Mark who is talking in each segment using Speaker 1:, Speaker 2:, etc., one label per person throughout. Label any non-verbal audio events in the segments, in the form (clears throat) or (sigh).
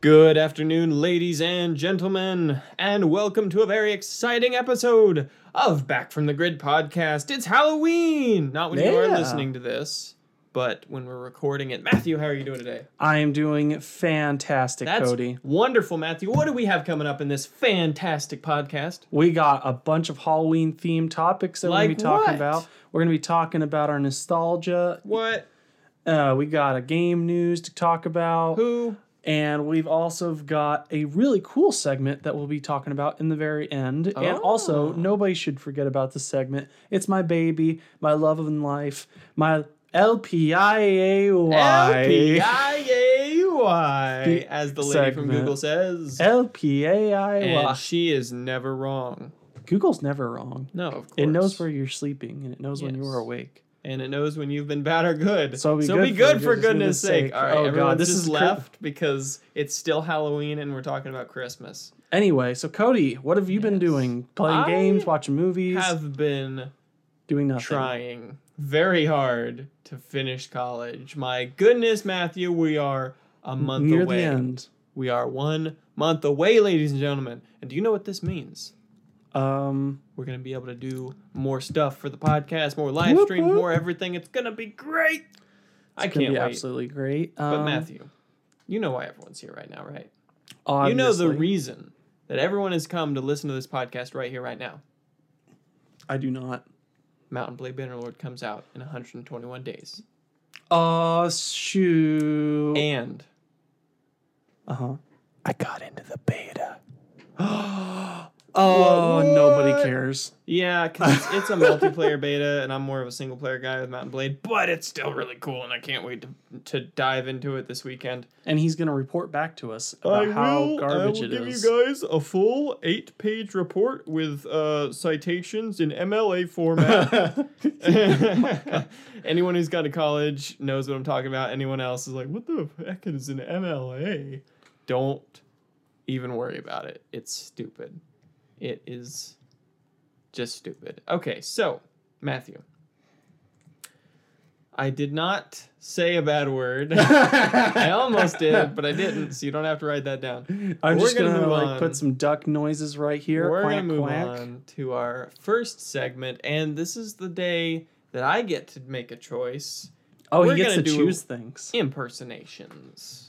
Speaker 1: Good afternoon, ladies and gentlemen, and welcome to a very exciting episode of Back from the Grid podcast. It's Halloween! Not when you are
Speaker 2: Yeah.
Speaker 1: listening to this, but when we're recording it. Matthew, how are you doing today?
Speaker 2: I am doing fantastic,
Speaker 1: That's
Speaker 2: Cody.
Speaker 1: wonderful, Matthew. What do we have coming up in this fantastic podcast?
Speaker 2: We got a bunch of Halloween themed topics that we're
Speaker 1: Like
Speaker 2: going to be talking
Speaker 1: what?
Speaker 2: about. We're going to be talking about our nostalgia.
Speaker 1: What?
Speaker 2: Uh, we got a game news to talk about.
Speaker 1: Who?
Speaker 2: And we've also got a really cool segment that we'll be talking about in the very end. And
Speaker 1: Oh.
Speaker 2: also, nobody should forget about this segment. It's my baby, my love and life, my LPIAY.
Speaker 1: L-P-I-A-Y,
Speaker 2: The
Speaker 1: as the lady from
Speaker 2: segment.
Speaker 1: Google says. And
Speaker 2: LPAIY.
Speaker 1: she is never wrong.
Speaker 2: Google's never wrong.
Speaker 1: No, of course.
Speaker 2: It knows where you're sleeping and it knows when you
Speaker 1: Yes.
Speaker 2: are awake.
Speaker 1: and it knows when you've been bad or good.
Speaker 2: So be good for
Speaker 1: for
Speaker 2: goodness
Speaker 1: goodness sake.
Speaker 2: sake.
Speaker 1: All right,
Speaker 2: Oh, God,
Speaker 1: everyone,
Speaker 2: this
Speaker 1: just
Speaker 2: is cr-
Speaker 1: left because it's still Halloween and we're talking about Christmas.
Speaker 2: Anyway, so Cody, what have you been
Speaker 1: Yes.
Speaker 2: doing? Playing
Speaker 1: I
Speaker 2: games, watching movies,
Speaker 1: Have been
Speaker 2: doing nothing.
Speaker 1: trying very hard to finish college. My goodness, Matthew, we are a month
Speaker 2: Near
Speaker 1: away.
Speaker 2: the end.
Speaker 1: We are one month away, ladies and gentlemen. And do you know what this means?
Speaker 2: Um,
Speaker 1: We're gonna be able to do more stuff for the podcast, more live
Speaker 2: Whoop,
Speaker 1: streams,
Speaker 2: whoop.
Speaker 1: more everything. It's gonna be great. I
Speaker 2: it's gonna
Speaker 1: can't
Speaker 2: be
Speaker 1: wait.
Speaker 2: absolutely great.
Speaker 1: But
Speaker 2: Um,
Speaker 1: Matthew, you know why everyone's here right now, right?
Speaker 2: obviously,
Speaker 1: You know the reason that everyone has come to listen to this podcast right here, right now.
Speaker 2: I do not.
Speaker 1: Mountain Blade Bannerlord comes out in 121 days,
Speaker 2: Oh shoot.
Speaker 1: and
Speaker 2: uh huh. I got into the beta. oh, nobody
Speaker 1: What?
Speaker 2: cares.
Speaker 1: yeah, 'cause it's, (laughs) it's a multiplayer beta, and I'm more of a single player guy with Mountain Blade, but it's still really cool, and I can't wait to, to dive into it this weekend.
Speaker 2: And he's gonna report back to us about how garbage it is.
Speaker 1: guys a full eight-page report with uh, citations in MLA format.
Speaker 2: (laughs)
Speaker 1: (laughs) Anyone who's gone to college knows what I'm talking about. Anyone else is like, what the heck is an MLA? Don't even worry about it. It's stupid. It is just stupid. Okay, so, Matthew. I did not say a bad word. I almost
Speaker 2: (laughs)
Speaker 1: did, but I didn't, so you don't have to write that down.
Speaker 2: I'm
Speaker 1: We're
Speaker 2: just
Speaker 1: gonna
Speaker 2: gonna,
Speaker 1: move
Speaker 2: like
Speaker 1: on.
Speaker 2: put some duck noises right here.
Speaker 1: We're
Speaker 2: quack,
Speaker 1: going to move
Speaker 2: quack.
Speaker 1: on to our first segment, and this is the day that I get to make a choice
Speaker 2: Oh,
Speaker 1: We're
Speaker 2: he gets
Speaker 1: gonna
Speaker 2: to
Speaker 1: do-
Speaker 2: choose things.
Speaker 1: impersonations.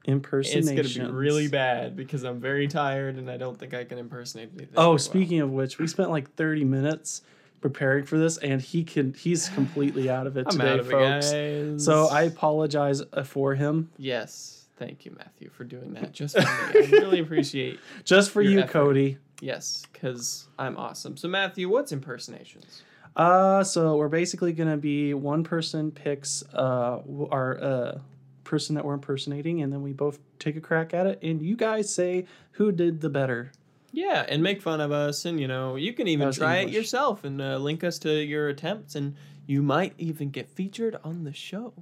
Speaker 1: It's
Speaker 2: Impersonation.
Speaker 1: going to be really bad because I'm very tired and I don't think I can impersonate anything. very
Speaker 2: Oh,
Speaker 1: well.
Speaker 2: speaking of which, we spent like 30 minutes preparing for this, and he can he's completely out of it
Speaker 1: (sighs) I'm
Speaker 2: today,
Speaker 1: out of
Speaker 2: folks.
Speaker 1: it, guys.
Speaker 2: So I apologize uh, for him,
Speaker 1: Yes. Thank you, Matthew, for doing that just for me. (laughs) I really appreciate
Speaker 2: just for
Speaker 1: Your
Speaker 2: you,
Speaker 1: effort.
Speaker 2: Cody.
Speaker 1: Yes, because I'm awesome. So, Matthew, what's impersonations?
Speaker 2: Uh, so we're basically gonna be one person picks uh w- our uh person that we're impersonating, and then we both take a crack at it, and you guys say who did the better.
Speaker 1: Yeah, and make fun of us, and you know, you can even
Speaker 2: was
Speaker 1: try
Speaker 2: English.
Speaker 1: it yourself and uh, link us to your attempts, and you might even get featured on the show.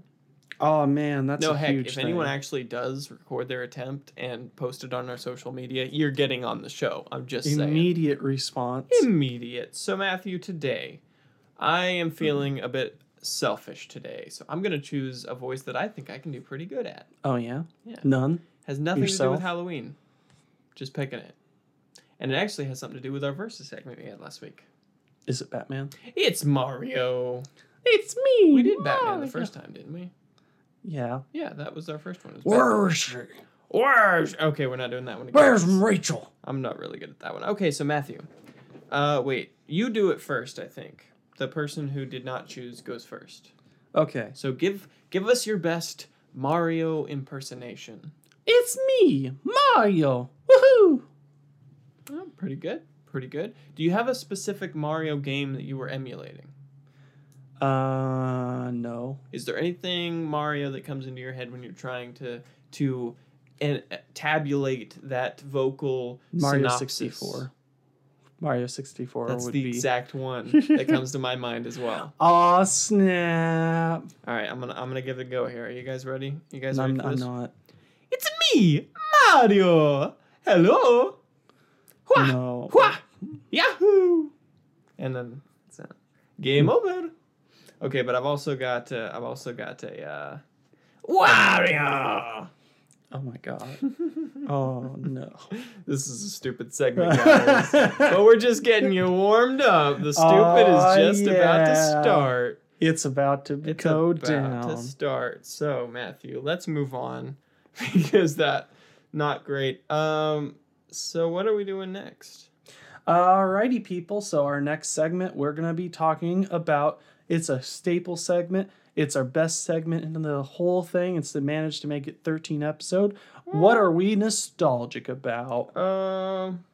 Speaker 2: Oh man, that's
Speaker 1: no
Speaker 2: a
Speaker 1: heck,
Speaker 2: huge
Speaker 1: if anyone
Speaker 2: thing.
Speaker 1: actually does record their attempt and post it on our social media, you're getting on the show. I'm just saying.
Speaker 2: immediate response.
Speaker 1: Immediate. So, Matthew, today I am
Speaker 2: Hmm.
Speaker 1: feeling a bit selfish today, so I'm gonna choose a voice that I think I can do pretty good at.
Speaker 2: Oh yeah?
Speaker 1: Yeah.
Speaker 2: None.
Speaker 1: Has nothing to do
Speaker 2: Yourself?
Speaker 1: with Halloween. Just picking it. And it actually has something to do with our versus segment we had last week.
Speaker 2: Is it Batman?
Speaker 1: It's Mario.
Speaker 2: It's me.
Speaker 1: We did Batman the first time, didn't we?
Speaker 2: Yeah.
Speaker 1: Yeah, that was our first one. It was
Speaker 2: Where is she?
Speaker 1: Batman. Where's okay? We're not doing that one again.
Speaker 2: Where's Rachel?
Speaker 1: I'm not really good at that one. Okay, so Matthew, uh, wait, you do it first. I think the person who did not choose goes first.
Speaker 2: Okay.
Speaker 1: So give give us your best Mario impersonation.
Speaker 2: It's me, Mario. Woohoo!
Speaker 1: Oh, pretty good, pretty good. Do you have a specific Mario game that you were emulating?
Speaker 2: Uh, no.
Speaker 1: Is there anything Mario that comes into your head when you're trying to to and tabulate that vocal
Speaker 2: Mario
Speaker 1: synopsis?
Speaker 2: 64. Mario 64
Speaker 1: That's the
Speaker 2: would be.
Speaker 1: exact
Speaker 2: (laughs)
Speaker 1: one that comes to my mind as well.
Speaker 2: Aw, snap.
Speaker 1: All right, I'm gonna I'm gonna give it a go here. Are you guys ready? You guys ready
Speaker 2: I'm,
Speaker 1: for
Speaker 2: I'm
Speaker 1: this?
Speaker 2: not.
Speaker 1: It's me, Mario. Hello. Hua,
Speaker 2: No.
Speaker 1: hua, Yahoo! And then it's uh, game over. Okay, but I've also got uh, I've also got a uh, Wario.
Speaker 2: Oh my
Speaker 1: (laughs)
Speaker 2: god. oh no.
Speaker 1: This is a stupid segment, guys.
Speaker 2: (laughs)
Speaker 1: but we're just getting you warmed up. The stupid
Speaker 2: Aw,
Speaker 1: is just about to
Speaker 2: yeah.
Speaker 1: start.
Speaker 2: It's about to
Speaker 1: It's
Speaker 2: go
Speaker 1: about
Speaker 2: down.
Speaker 1: to start. So Matthew, let's move on (laughs) because that not great. Um, so what are we doing next?
Speaker 2: Alrighty, people. So our next segment, we're gonna be talking about. It's a staple segment. It's our best segment in the whole thing. It's the managed to make it 13 episode. What are we nostalgic about?
Speaker 1: Um,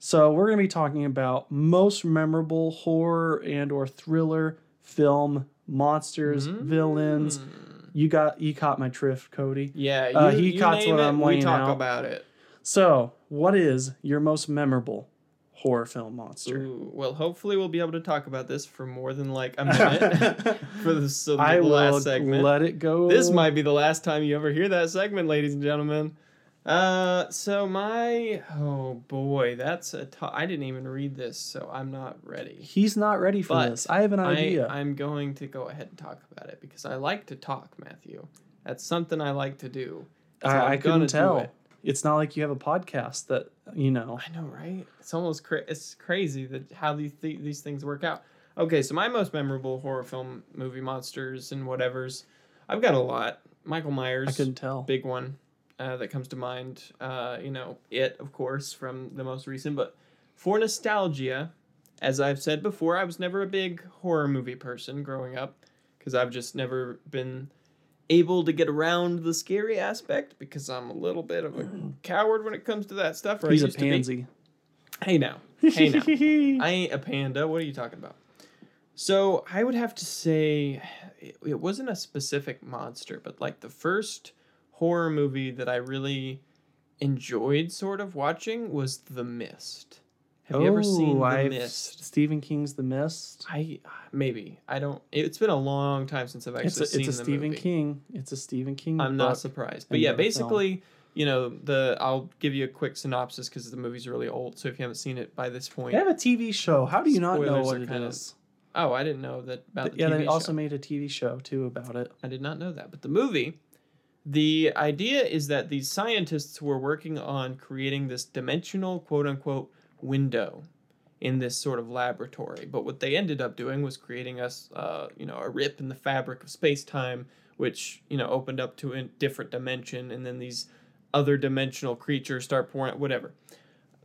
Speaker 2: So we're gonna be talking about most memorable horror and or thriller film monsters,
Speaker 1: Mm-hmm.
Speaker 2: villains.
Speaker 1: mm,
Speaker 2: You got you caught my drift, Cody.
Speaker 1: Yeah, you,
Speaker 2: Uh, he
Speaker 1: you
Speaker 2: caught
Speaker 1: name
Speaker 2: what
Speaker 1: it,
Speaker 2: I'm
Speaker 1: we
Speaker 2: laying
Speaker 1: talk
Speaker 2: out.
Speaker 1: about it.
Speaker 2: So, what is your most memorable horror film monster?
Speaker 1: Ooh, well, hopefully we'll be able to talk about this for more than like
Speaker 2: (laughs)
Speaker 1: a minute (laughs) for this so
Speaker 2: I
Speaker 1: the
Speaker 2: will
Speaker 1: last segment.
Speaker 2: let it go.
Speaker 1: This might be the last time you ever hear that segment, ladies and gentlemen. Uh, so my oh boy, that's a t- I didn't even read this, so I'm not ready.
Speaker 2: He's not ready for
Speaker 1: But
Speaker 2: this. I have an
Speaker 1: I,
Speaker 2: idea.
Speaker 1: I'm going to go ahead and talk about it because I like to talk, Matthew. That's something I like to do.
Speaker 2: I,
Speaker 1: so
Speaker 2: I,
Speaker 1: I'm gonna
Speaker 2: couldn't
Speaker 1: do
Speaker 2: tell.
Speaker 1: it.
Speaker 2: It's not like you have a podcast that you know.
Speaker 1: I know, right? It's almost cra- it's crazy that how these th- these things work out. Okay, so my most memorable horror film movie monsters and whatever's, I've got a lot. Michael Myers.
Speaker 2: I couldn't tell.
Speaker 1: big one uh, that comes to mind. Uh, you know, it of course from the most recent, but for nostalgia, as I've said before, I was never a big horror movie person growing up because I've just never been able to get around the scary aspect because I'm a little bit of a
Speaker 2: (clears throat)
Speaker 1: coward when it comes to that stuff. Or I
Speaker 2: He's a
Speaker 1: used to be.
Speaker 2: pansy.
Speaker 1: Hey now, hey now.
Speaker 2: (laughs)
Speaker 1: I ain't a panda. What are you talking about? So I would have to say it, it wasn't a specific monster, but like the first horror movie that I really enjoyed sort of watching was The Mist. Have you ever seen The
Speaker 2: Oh, I've-
Speaker 1: Mist?
Speaker 2: Stephen King's The Mist.
Speaker 1: I maybe I don't. It's been a long time since I've actually
Speaker 2: It's a,
Speaker 1: seen
Speaker 2: it's a
Speaker 1: the
Speaker 2: Stephen
Speaker 1: movie.
Speaker 2: King. It's a Stephen King.
Speaker 1: I'm not
Speaker 2: book.
Speaker 1: surprised. But
Speaker 2: and
Speaker 1: yeah,
Speaker 2: the film.
Speaker 1: basically, you know, the I'll give you a quick synopsis because the movie's really old. So if you haven't seen it by this
Speaker 2: They
Speaker 1: point,
Speaker 2: have a TV show. How do you not know
Speaker 1: Spoilers
Speaker 2: what
Speaker 1: are
Speaker 2: it
Speaker 1: kinda-
Speaker 2: is?
Speaker 1: oh, I didn't know that about the
Speaker 2: yeah,
Speaker 1: TV
Speaker 2: they
Speaker 1: show.
Speaker 2: also made a TV show too about it.
Speaker 1: I did not know that. But the movie, the idea is that these scientists were working on creating this dimensional quote unquote window in this sort of laboratory. But what they ended up doing was creating us, uh, you know, a rip in the fabric of space time, which, you know, opened up to a different dimension. And then these other dimensional creatures start pouring, whatever.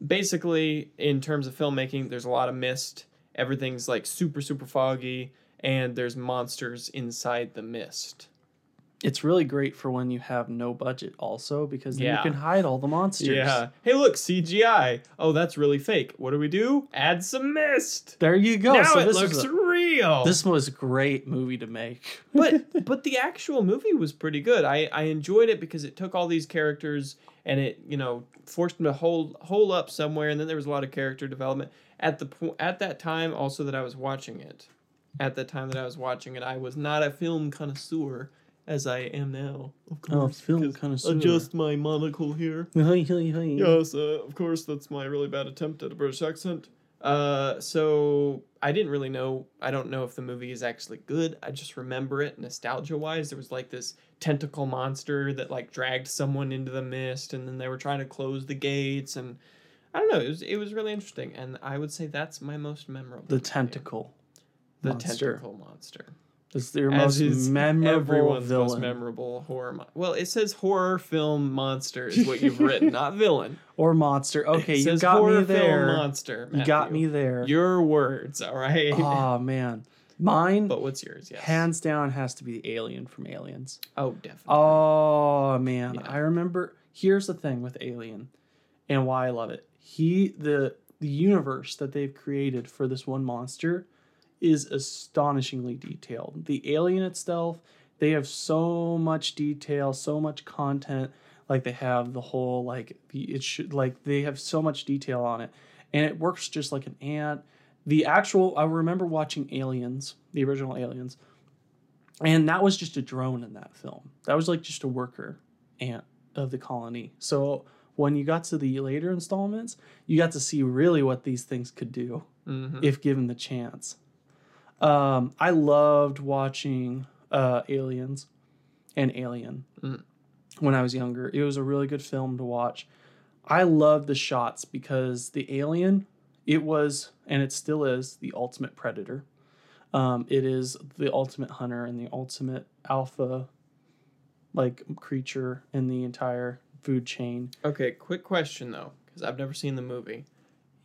Speaker 1: Basically, in terms of filmmaking, there's a lot of mist. Everything's like super, super foggy. And there's monsters inside the mist.
Speaker 2: It's really great for when you have no budget, also because then
Speaker 1: Yeah.
Speaker 2: you can hide all the monsters.
Speaker 1: Yeah. Hey, look, CGI. Oh, that's really fake. What do we do? Add some mist.
Speaker 2: There you go.
Speaker 1: now
Speaker 2: so
Speaker 1: it
Speaker 2: this
Speaker 1: looks
Speaker 2: is a-
Speaker 1: real.
Speaker 2: this was a great movie to make. (laughs)
Speaker 1: but but the actual movie was pretty good. I I enjoyed it because it took all these characters and it you know forced them to hold hole up somewhere, and then there was a lot of character development at the po- at that time. Also, that I was watching it, at the time that I was watching it, I was not a film connoisseur as I am now. Of
Speaker 2: Oh, film
Speaker 1: 'cause
Speaker 2: connoisseur.
Speaker 1: Adjust my monocle here.
Speaker 2: yeah.
Speaker 1: Yes, uh, of course, that's my really bad attempt at a British accent. Uh, so I didn't really know. I don't know if the movie is actually good. I just remember it nostalgia wise. There was like this tentacle monster that like dragged someone into the mist, and then they were trying to close the gates. And I don't know. It was it was really interesting, and I would say that's my most memorable.
Speaker 2: The
Speaker 1: movie.
Speaker 2: tentacle.
Speaker 1: the
Speaker 2: monster.
Speaker 1: tentacle monster.
Speaker 2: Is your
Speaker 1: As
Speaker 2: most
Speaker 1: is
Speaker 2: memorable
Speaker 1: everyone's most
Speaker 2: villain
Speaker 1: memorable horror. Mon- well, it says horror film monster is what you've written, not villain.
Speaker 2: or monster? Okay,
Speaker 1: It
Speaker 2: you
Speaker 1: says
Speaker 2: got
Speaker 1: horror
Speaker 2: me
Speaker 1: film
Speaker 2: there.
Speaker 1: Monster.
Speaker 2: You got me
Speaker 1: Matthew.
Speaker 2: there.
Speaker 1: Your words, all right.
Speaker 2: Oh man,
Speaker 1: (laughs)
Speaker 2: mine
Speaker 1: but what's yours? Yes.
Speaker 2: hands down has to be the alien from Aliens.
Speaker 1: oh, definitely.
Speaker 2: Ah, Oh man,
Speaker 1: Yeah.
Speaker 2: I remember. Here's the thing with Alien, and why I love it. He the the universe that they've created for this one monster is astonishingly detailed. The alien itself, they have so much detail, so much content. Like they have the whole like the- it should like they have so much detail on it, and it works just like an ant. The actual I remember watching Aliens, the original Aliens, and that was just a drone in that film. That was like just a worker ant of the colony. So when you got to the later installments, you got to see really what these things could do
Speaker 1: Mhm.
Speaker 2: if given the chance. Um, I loved watching uh, Aliens and Alien.
Speaker 1: Mm.
Speaker 2: when I was younger. It was a really good film to watch. I love the shots because the alien, it was and it still is the ultimate predator. Um, it is the ultimate hunter and the ultimate alpha like creature in the entire food chain.
Speaker 1: Okay, quick question though, because I've never seen the movie.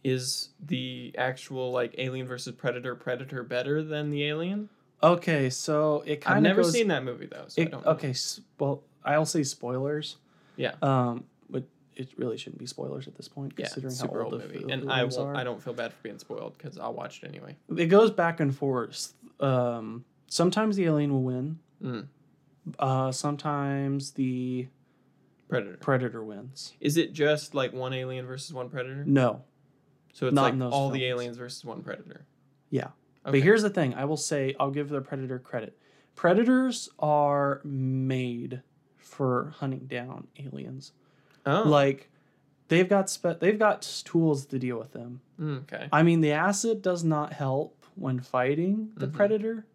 Speaker 1: Is the actual like Alien versus Predator Predator better than the Alien?
Speaker 2: Okay, so it kind
Speaker 1: I've
Speaker 2: of
Speaker 1: never
Speaker 2: goes,
Speaker 1: seen that movie though, so I
Speaker 2: it,
Speaker 1: don't. Know.
Speaker 2: okay, s- well, I'll say spoilers.
Speaker 1: Yeah.
Speaker 2: Um, but it really shouldn't be spoilers at this point,
Speaker 1: Yeah,
Speaker 2: considering how
Speaker 1: super
Speaker 2: old,
Speaker 1: old,
Speaker 2: the
Speaker 1: movie,
Speaker 2: f-
Speaker 1: and
Speaker 2: the
Speaker 1: I
Speaker 2: films
Speaker 1: will.
Speaker 2: are.
Speaker 1: I don't feel bad for being spoiled because I'll watch it anyway.
Speaker 2: it goes back and forth. Um, sometimes the alien will win.
Speaker 1: Mm.
Speaker 2: Uh, sometimes the
Speaker 1: Predator.
Speaker 2: predator wins.
Speaker 1: Is it just like one alien versus one predator?
Speaker 2: No,
Speaker 1: So it's
Speaker 2: Not
Speaker 1: like
Speaker 2: in those
Speaker 1: all the
Speaker 2: films.
Speaker 1: aliens versus one predator.
Speaker 2: Yeah.
Speaker 1: Okay.
Speaker 2: But here's the thing I will say I'll give the predator credit. Predators are made for hunting down aliens.
Speaker 1: oh,
Speaker 2: Like they've got spe- they've got tools to deal with them.
Speaker 1: mm, okay.
Speaker 2: I mean the acid does not help when fighting the
Speaker 1: Mhm.
Speaker 2: predator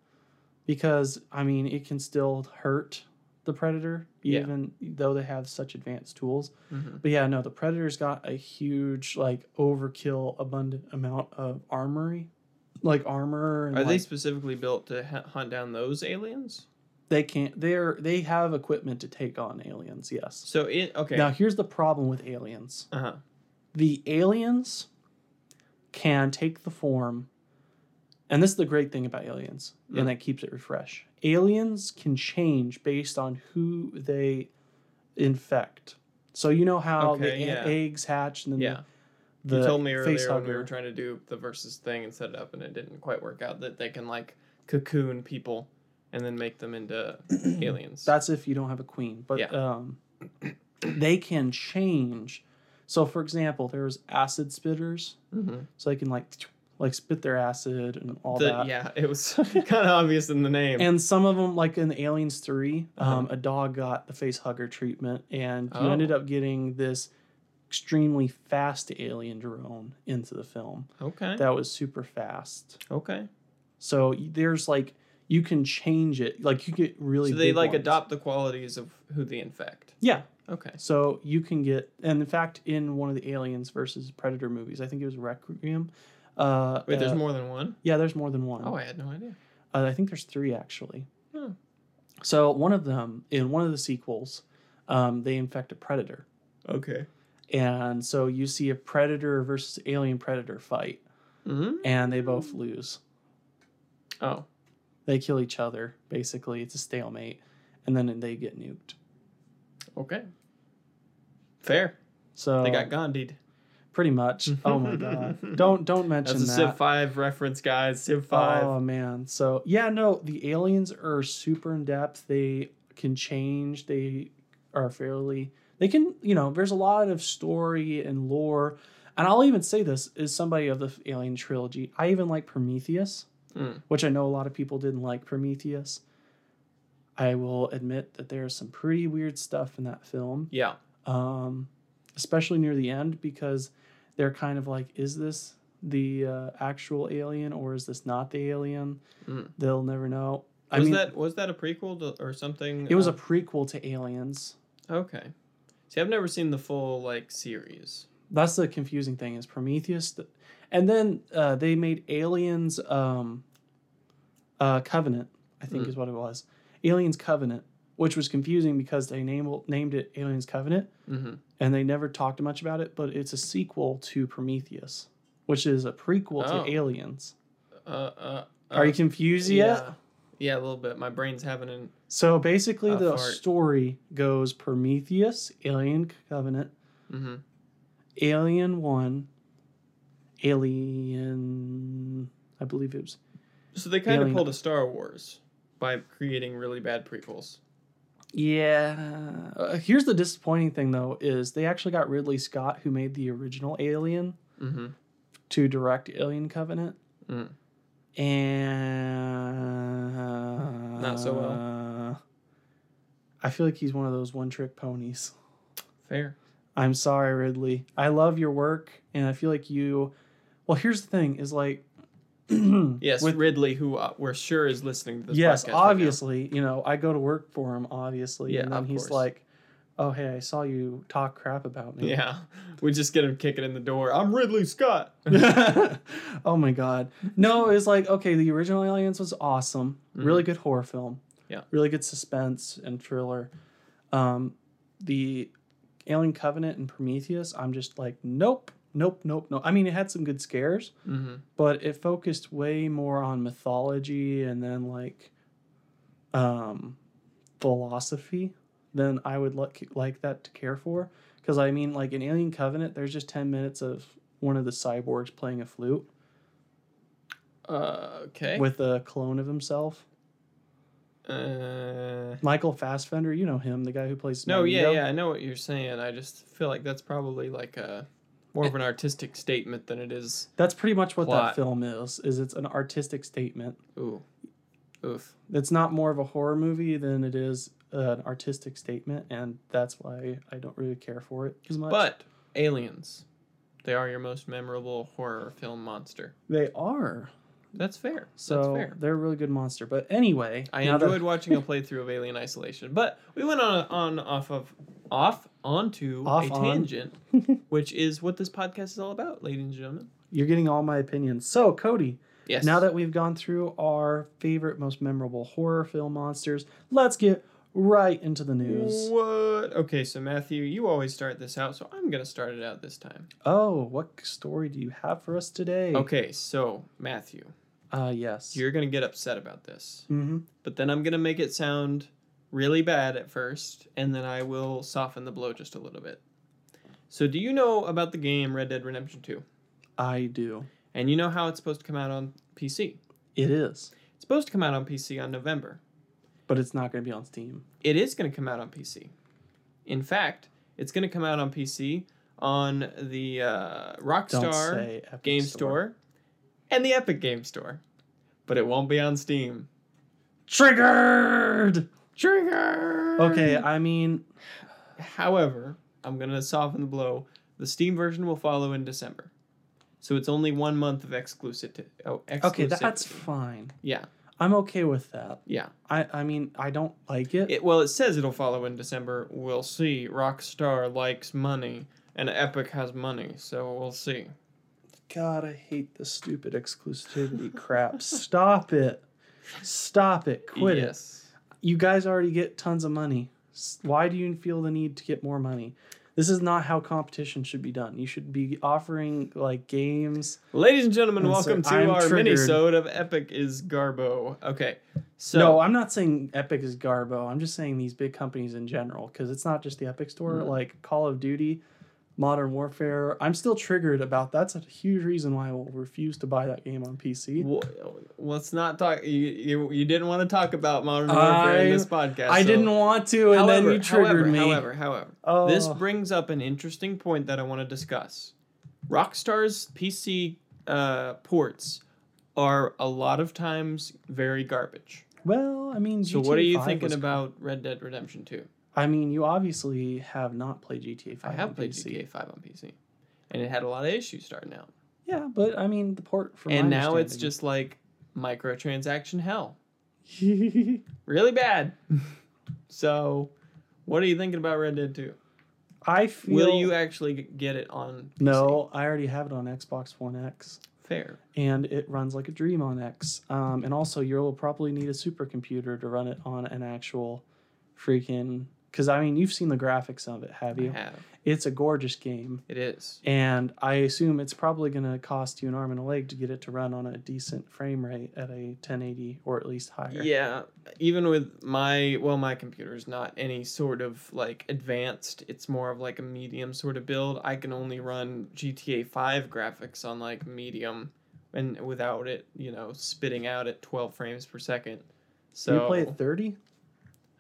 Speaker 2: because I mean it can still hurt the predator
Speaker 1: Yeah.
Speaker 2: even though they have such advanced tools.
Speaker 1: Mhm.
Speaker 2: But yeah, no, the Predator's got a huge, like, overkill abundant amount of armory, like armor. And,
Speaker 1: Are they
Speaker 2: like,
Speaker 1: specifically built to ha- hunt down those aliens?
Speaker 2: They can't. They're they have equipment to take on aliens. Yes.
Speaker 1: So it okay.
Speaker 2: Now here's the problem with aliens.
Speaker 1: Uh huh.
Speaker 2: The aliens can take the form, and this is the great thing about aliens,
Speaker 1: Mm.
Speaker 2: and that keeps it refresh. Aliens can change based on who they infect. So you know how the
Speaker 1: Okay,
Speaker 2: e-
Speaker 1: yeah.
Speaker 2: eggs hatch and then
Speaker 1: Yeah.
Speaker 2: the,
Speaker 1: you
Speaker 2: the
Speaker 1: told me
Speaker 2: face
Speaker 1: earlier
Speaker 2: hugger.
Speaker 1: when we were trying to do the versus thing and set it up and it didn't quite work out that they can like cocoon people and then make them
Speaker 2: (clears throat)
Speaker 1: into aliens.
Speaker 2: That's if you don't have a queen. But
Speaker 1: Yeah.
Speaker 2: um, they can change. So, for example, there's acid spitters,
Speaker 1: Mhm.
Speaker 2: so they can like like spit their acid and all
Speaker 1: The-
Speaker 2: that.
Speaker 1: yeah, it
Speaker 2: (laughs)
Speaker 1: was kind of obvious in the name.
Speaker 2: And some of them, like in Aliens 3 um,
Speaker 1: Uh-huh.
Speaker 2: a dog got the face hugger treatment, and you
Speaker 1: Oh.
Speaker 2: ended up getting this extremely fast alien drone into the film
Speaker 1: okay.
Speaker 2: that was super fast.
Speaker 1: okay.
Speaker 2: So y- there's like you can change it, like you get really.
Speaker 1: So they
Speaker 2: big
Speaker 1: like
Speaker 2: ones.
Speaker 1: adopt the qualities of who they infect.
Speaker 2: Yeah,
Speaker 1: Okay.
Speaker 2: So you can get, and in fact, in one of the Aliens versus Predator movies, I think it was Requiem. Uh,
Speaker 1: Wait, there's
Speaker 2: uh,
Speaker 1: more than one?
Speaker 2: Yeah, there's more than one.
Speaker 1: Oh, I had no idea.
Speaker 2: Uh, I think there's three actually.
Speaker 1: Hmm.
Speaker 2: So one of them in one of the sequels, um, they infect a predator,
Speaker 1: Okay.
Speaker 2: and so you see a predator versus alien predator fight,
Speaker 1: hmm
Speaker 2: and they both lose.
Speaker 1: Oh,
Speaker 2: They kill each other basically. It's a stalemate, and then they get nuked.
Speaker 1: okay. Fair.
Speaker 2: So
Speaker 1: They
Speaker 2: Uh,
Speaker 1: got Gandhi'd.
Speaker 2: pretty much. Oh
Speaker 1: (laughs)
Speaker 2: my god! Don't don't mention
Speaker 1: That's a
Speaker 2: that.
Speaker 1: Civ 5 reference, guys. Civ 5.
Speaker 2: Oh man. So yeah, no, the aliens are super in depth. They can change. They are fairly they can, you know, there's a lot of story and lore. And I'll even say this is somebody of the alien trilogy. I even like Prometheus,
Speaker 1: Hmm.
Speaker 2: which I know a lot of people didn't like Prometheus. I will admit that there's some pretty weird stuff in that film
Speaker 1: Yeah.
Speaker 2: um, especially near the end because they're kind of like, is this the uh, actual alien or is this not the alien?
Speaker 1: Mm.
Speaker 2: They'll never know. I
Speaker 1: was
Speaker 2: mean,
Speaker 1: that was that a prequel to, or something?
Speaker 2: it was a
Speaker 1: Uh,
Speaker 2: prequel to Aliens.
Speaker 1: okay. See, I've never seen the full like series.
Speaker 2: That's the confusing thing is Prometheus, th- and then uh, they made Aliens um, uh, Covenant, I think
Speaker 1: Mm.
Speaker 2: is what it was. Aliens Covenant, which was confusing because they named named it Aliens Covenant,
Speaker 1: hmm
Speaker 2: and they never talked much about it, but it's a sequel to Prometheus, which is a prequel
Speaker 1: Oh.
Speaker 2: to Aliens.
Speaker 1: Uh, uh,
Speaker 2: Are you
Speaker 1: uh,
Speaker 2: confused yet?
Speaker 1: Yeah. Yeah, a little bit. My brain's having an.
Speaker 2: So basically,
Speaker 1: Uh,
Speaker 2: the
Speaker 1: fart.
Speaker 2: story goes Prometheus, Alien Covenant, Mm-hmm.
Speaker 1: hmm
Speaker 2: Alien 1, Alien. I believe it was.
Speaker 1: So they kind of
Speaker 2: Alien.
Speaker 1: pulled a Star Wars by creating really bad prequels.
Speaker 2: Yeah. Uh, here's the disappointing thing, though, is they actually got Ridley Scott, who made the original Alien,
Speaker 1: Mm-hmm.
Speaker 2: to direct Alien Covenant.
Speaker 1: Mm.
Speaker 2: And
Speaker 1: Not so
Speaker 2: well. I feel like he's one of those one-trick ponies.
Speaker 1: Fair.
Speaker 2: I'm sorry, Ridley. I love your work, and I feel like you. Well, here's the thing: is like, (clears throat)
Speaker 1: Yes,
Speaker 2: with-
Speaker 1: Ridley, who uh, we're sure is listening to this.
Speaker 2: yes,
Speaker 1: podcast right now.
Speaker 2: obviously, you know, I go to work for him, obviously,
Speaker 1: Yeah,
Speaker 2: and then
Speaker 1: of
Speaker 2: he's
Speaker 1: course.
Speaker 2: like, oh hey, I saw you talk crap about me.
Speaker 1: Yeah. (laughs) We just get him kicking in the door. I'm Ridley Scott. (laughs)
Speaker 2: (laughs) oh my god. No, it was like okay, the original Aliens was awesome. Really good horror film.
Speaker 1: Yeah.
Speaker 2: Really good suspense and thriller. Um, the Alien Covenant and Prometheus, I'm just like nope, nope, nope, nope. I mean, it had some good scares,
Speaker 1: mm-hmm.
Speaker 2: but it focused way more on mythology and then like um philosophy than I would like like that to care for because I mean like in Alien Covenant there's just 10 minutes of one of the cyborgs playing a flute
Speaker 1: Uh, okay.
Speaker 2: with a clone of himself.
Speaker 1: uh,
Speaker 2: Michael Fassbender, you know him, the guy who plays
Speaker 1: no, yeah,
Speaker 2: Magneto.
Speaker 1: yeah. I know what you're saying. I just feel like that's probably like a more of an artistic statement than it is.
Speaker 2: That's pretty much what
Speaker 1: Plot.
Speaker 2: that film is. Is it's an artistic statement.
Speaker 1: Ooh, oof.
Speaker 2: It's not more of a horror movie than it is an artistic statement, and that's why I don't really care for it as much.
Speaker 1: But aliens, they are your most memorable horror film monster.
Speaker 2: they are.
Speaker 1: That's fair. that's
Speaker 2: So
Speaker 1: fair.
Speaker 2: they're a really good monster. But anyway,
Speaker 1: I
Speaker 2: now that-
Speaker 1: enjoyed watching a playthrough of Alien Isolation, but we went on on off of off onto
Speaker 2: Off
Speaker 1: a
Speaker 2: on. (laughs)
Speaker 1: tangent, which is what this podcast is all about, ladies and gentlemen.
Speaker 2: you're getting all my opinions. So Cody,
Speaker 1: Yes.
Speaker 2: now that we've gone through our favorite, most memorable horror film monsters, let's get right into the news.
Speaker 1: What? Okay, so Matthew, you always start this out, so I'm gonna start it out this time.
Speaker 2: Oh, what story do you have for us today?
Speaker 1: Okay, so Matthew,
Speaker 2: Uh, yes.
Speaker 1: you're gonna get upset about this,
Speaker 2: hmm
Speaker 1: but then I'm gonna make it sound really bad at first, and then I will soften the blow just a little bit. So, do you know about the game Red Dead Redemption 2?
Speaker 2: I do.
Speaker 1: And you know how it's supposed to come out on PC?
Speaker 2: It is,
Speaker 1: It's supposed to come out on PC on November.
Speaker 2: but it's not going to be on Steam.
Speaker 1: It is going to come out on PC. In fact, it's going to come out on PC on the uh,
Speaker 2: Don't
Speaker 1: Rockstar.
Speaker 2: say Epic
Speaker 1: Game Store and the Epic Game Store, but it won't be on Steam.
Speaker 2: Triggered.
Speaker 1: Trigger.
Speaker 2: Okay, I mean,
Speaker 1: However, I'm gonna soften the blow. The Steam version will follow in December, so it's only one month of exclusivity. Oh, exclusivity.
Speaker 2: okay, that's fine.
Speaker 1: yeah,
Speaker 2: I'm okay with that.
Speaker 1: yeah.
Speaker 2: I, I mean, I don't like it.
Speaker 1: It, well, it says it'll follow in December. We'll see. Rockstar likes money, and Epic has money, so we'll see.
Speaker 2: God, I hate this stupid exclusivity crap. Stop it. Stop it. Quit it.
Speaker 1: yes.
Speaker 2: you guys already get tons of money. S- Why do you feel the need to get more money? This is not how competition should be done. You should be offering like games.
Speaker 1: Ladies and gentlemen,
Speaker 2: And so
Speaker 1: welcome to
Speaker 2: I'm
Speaker 1: our
Speaker 2: triggered.
Speaker 1: mini-sode of Epic is Garbo. Okay, so
Speaker 2: no, I'm not saying Epic is Garbo. I'm just saying these big companies in general because it's not just the Epic Store.
Speaker 1: Mhm.
Speaker 2: Like Call of Duty, Modern Warfare. I'm still triggered about that's a huge reason why I will refuse to buy that game on PC.
Speaker 1: Well, let's not talk. You, you, you didn't want to talk about modern warfare in this podcast.
Speaker 2: I
Speaker 1: so-
Speaker 2: didn't want to, and
Speaker 1: however,
Speaker 2: then you triggered
Speaker 1: however,
Speaker 2: me.
Speaker 1: However, however,
Speaker 2: oh,
Speaker 1: this brings up an interesting point that I want to discuss. Rockstar's PC uh, ports are a lot of times very garbage.
Speaker 2: well, I mean,
Speaker 1: So, what are
Speaker 2: GTA
Speaker 1: you
Speaker 2: 5
Speaker 1: thinking
Speaker 2: was
Speaker 1: about Red Dead Redemption Two?
Speaker 2: I mean, you obviously have not played GTA 5.
Speaker 1: I have
Speaker 2: on
Speaker 1: played
Speaker 2: PC.
Speaker 1: GTA Five on PC, and it had a lot of issues starting out.
Speaker 2: Yeah, but I mean, the port from
Speaker 1: and
Speaker 2: my
Speaker 1: now it's
Speaker 2: understanding-
Speaker 1: just like microtransaction hell. really bad. (laughs) so, what are you thinking about Red Dead 2?
Speaker 2: (laughs) I feel
Speaker 1: Will you actually g- get it on PC?
Speaker 2: No, I already have it on Xbox One X,
Speaker 1: Fair.
Speaker 2: and it runs like a dream on X. Um, and also, you'll probably need a supercomputer to run it on an actual freaking. Because I mean, you've seen the graphics of it, have
Speaker 1: I
Speaker 2: you?
Speaker 1: have.
Speaker 2: It's a gorgeous game,
Speaker 1: It is.
Speaker 2: and I assume it's probably going to cost you an arm and a leg to get it to run on a decent frame rate at a 1080 or at least higher.
Speaker 1: Yeah, even with my well, my computer is not any sort of like advanced. It's more of like a medium sort of build. I can only run GTA Five graphics on like medium, and without it, you know, spitting out at twelve frames per second. So
Speaker 2: Do you play at 30?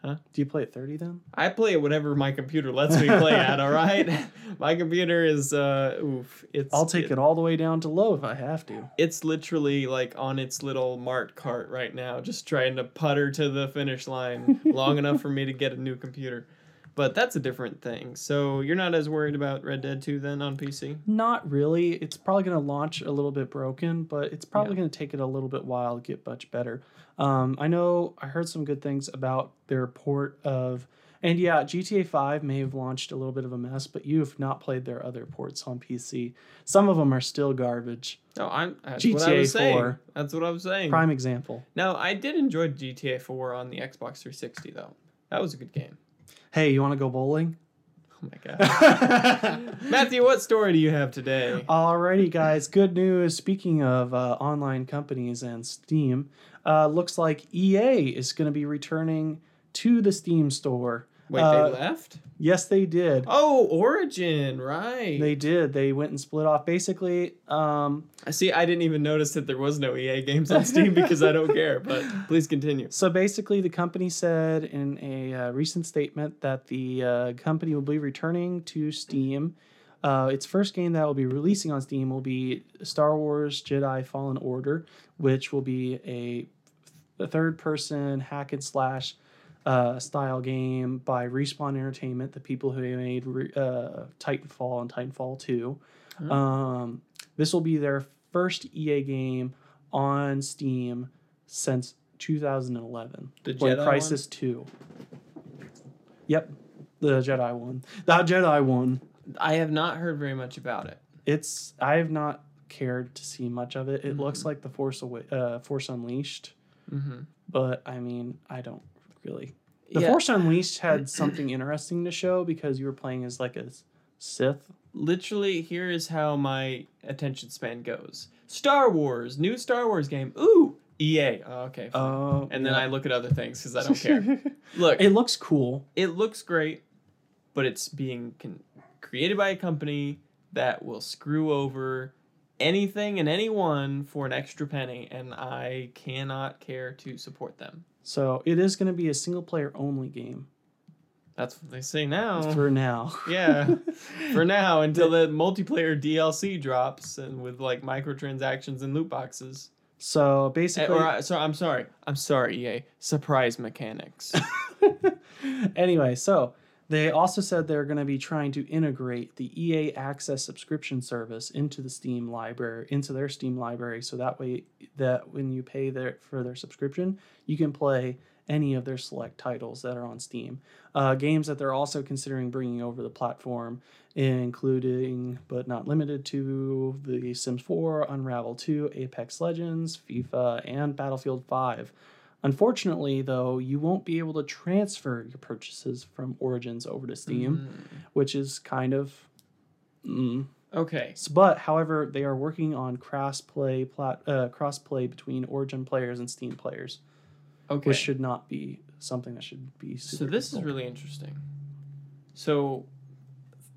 Speaker 1: Huh?
Speaker 2: Do you play at 30 then?
Speaker 1: I play whatever my computer lets me play at. All right, (laughs) my computer is uh, oof. It's
Speaker 2: I'll take it all the way down to low if I have to.
Speaker 1: It's literally like on its little mart cart right now, just trying to putter to the finish
Speaker 2: (laughs)
Speaker 1: line long enough for me to get a new computer. But that's a different thing. So you're not as worried about Red Dead Two then on PC.
Speaker 2: Not really. It's probably going to launch a little bit broken, but it's probably
Speaker 1: Yeah.
Speaker 2: going to take it a little bit while to get much better. Um, I know I heard some good things about their port of And yeah, GTA 5 may have launched a little bit of a mess, but you've not played their other ports on PC. Some of them are still garbage.
Speaker 1: No, I'm that's what I
Speaker 2: GTA
Speaker 1: was saying.
Speaker 2: 4.
Speaker 1: That's what I was saying.
Speaker 2: Prime example.
Speaker 1: No, I did enjoy GTA 4 on the Xbox 360 though. That was a good game.
Speaker 2: Hey, you want to go bowling?
Speaker 1: Oh my god.
Speaker 2: (laughs)
Speaker 1: Matthew, what story do you have today?
Speaker 2: Alrighty, guys. Good news. Speaking of uh, online companies and Steam, uh, looks like EA is going to be returning to the Steam store.
Speaker 1: Wait,
Speaker 2: Uh,
Speaker 1: they left?
Speaker 2: Yes, they did.
Speaker 1: Oh, Origin, right.
Speaker 2: They did. They went and split off. Basically, um,
Speaker 1: I see I didn't even notice that there was no EA games on
Speaker 2: (laughs)
Speaker 1: Steam because I don't care, but please continue.
Speaker 2: So basically, the company said in a uh, recent statement that the uh, company will be returning to Steam. Uh, its first game that will be releasing on Steam will be Star Wars Jedi Fallen Order, which will be a, a third person hack and slash uh, style game by Respawn Entertainment, the people who made re- uh, Titanfall and Titanfall 2.
Speaker 1: Hmm.
Speaker 2: Um, this will be their first EA game on Steam since 2011
Speaker 1: The
Speaker 2: when
Speaker 1: Jedi
Speaker 2: Crisis 2. Yep, the Jedi one. That Jedi one.
Speaker 1: one? I have not heard very much about it.
Speaker 2: It's I have not cared to see much of it. It looks like the Force Awa- uh, Force Unleashed,
Speaker 1: Mm-hmm.
Speaker 2: but I mean, I don't really. The
Speaker 1: Yeah,
Speaker 2: Force Unleashed had something interesting to show because you were playing as like a s- Sith.
Speaker 1: literally here is how my attention span goes. Star Wars, new Star Wars game. Ooh, EA. Oh, okay. fine.
Speaker 2: Oh,
Speaker 1: and then I look at other things because
Speaker 2: (laughs)
Speaker 1: I don't care. Look,
Speaker 2: it looks cool.
Speaker 1: it looks great, but it's being con- created by a company that will screw over anything and anyone for an extra penny, and I cannot care to support them.
Speaker 2: So it is going to be a single player only game
Speaker 1: That's what they say now.
Speaker 2: for now.
Speaker 1: Oh. (laughs)
Speaker 2: (laughs)
Speaker 1: yeah, for now until the multiplayer DLC drops and with like microtransactions and loot boxes.
Speaker 2: So
Speaker 1: Eh,
Speaker 2: basically,
Speaker 1: Or I, so I'm sorry. I'm sorry, EA. Surprise mechanics.
Speaker 2: (laughs) anyway, so they also said they're going to be trying to integrate the EA Access subscription service into the Steam library, into their Steam library, so that way that when you pay their for their subscription, you can play any of their select titles that are on Steam. Uh, games that they're also considering bringing over the platform, including but not limited to The Sims 4, Unravel 2, Apex Legends, FIFA, and Battlefield 5. Unfortunately, though, you won't be able to transfer your purchases from Origins over to
Speaker 1: Mm-hmm.
Speaker 2: Steam, which is kind of. Mm.
Speaker 1: Okay.
Speaker 2: S- But, however, they are working on cross-play plat, uh, cross-play between Origin players and Steam players,
Speaker 1: Okay.
Speaker 2: which should not be something that should be.
Speaker 1: so
Speaker 2: super
Speaker 1: this is
Speaker 2: difficult.
Speaker 1: really interesting. So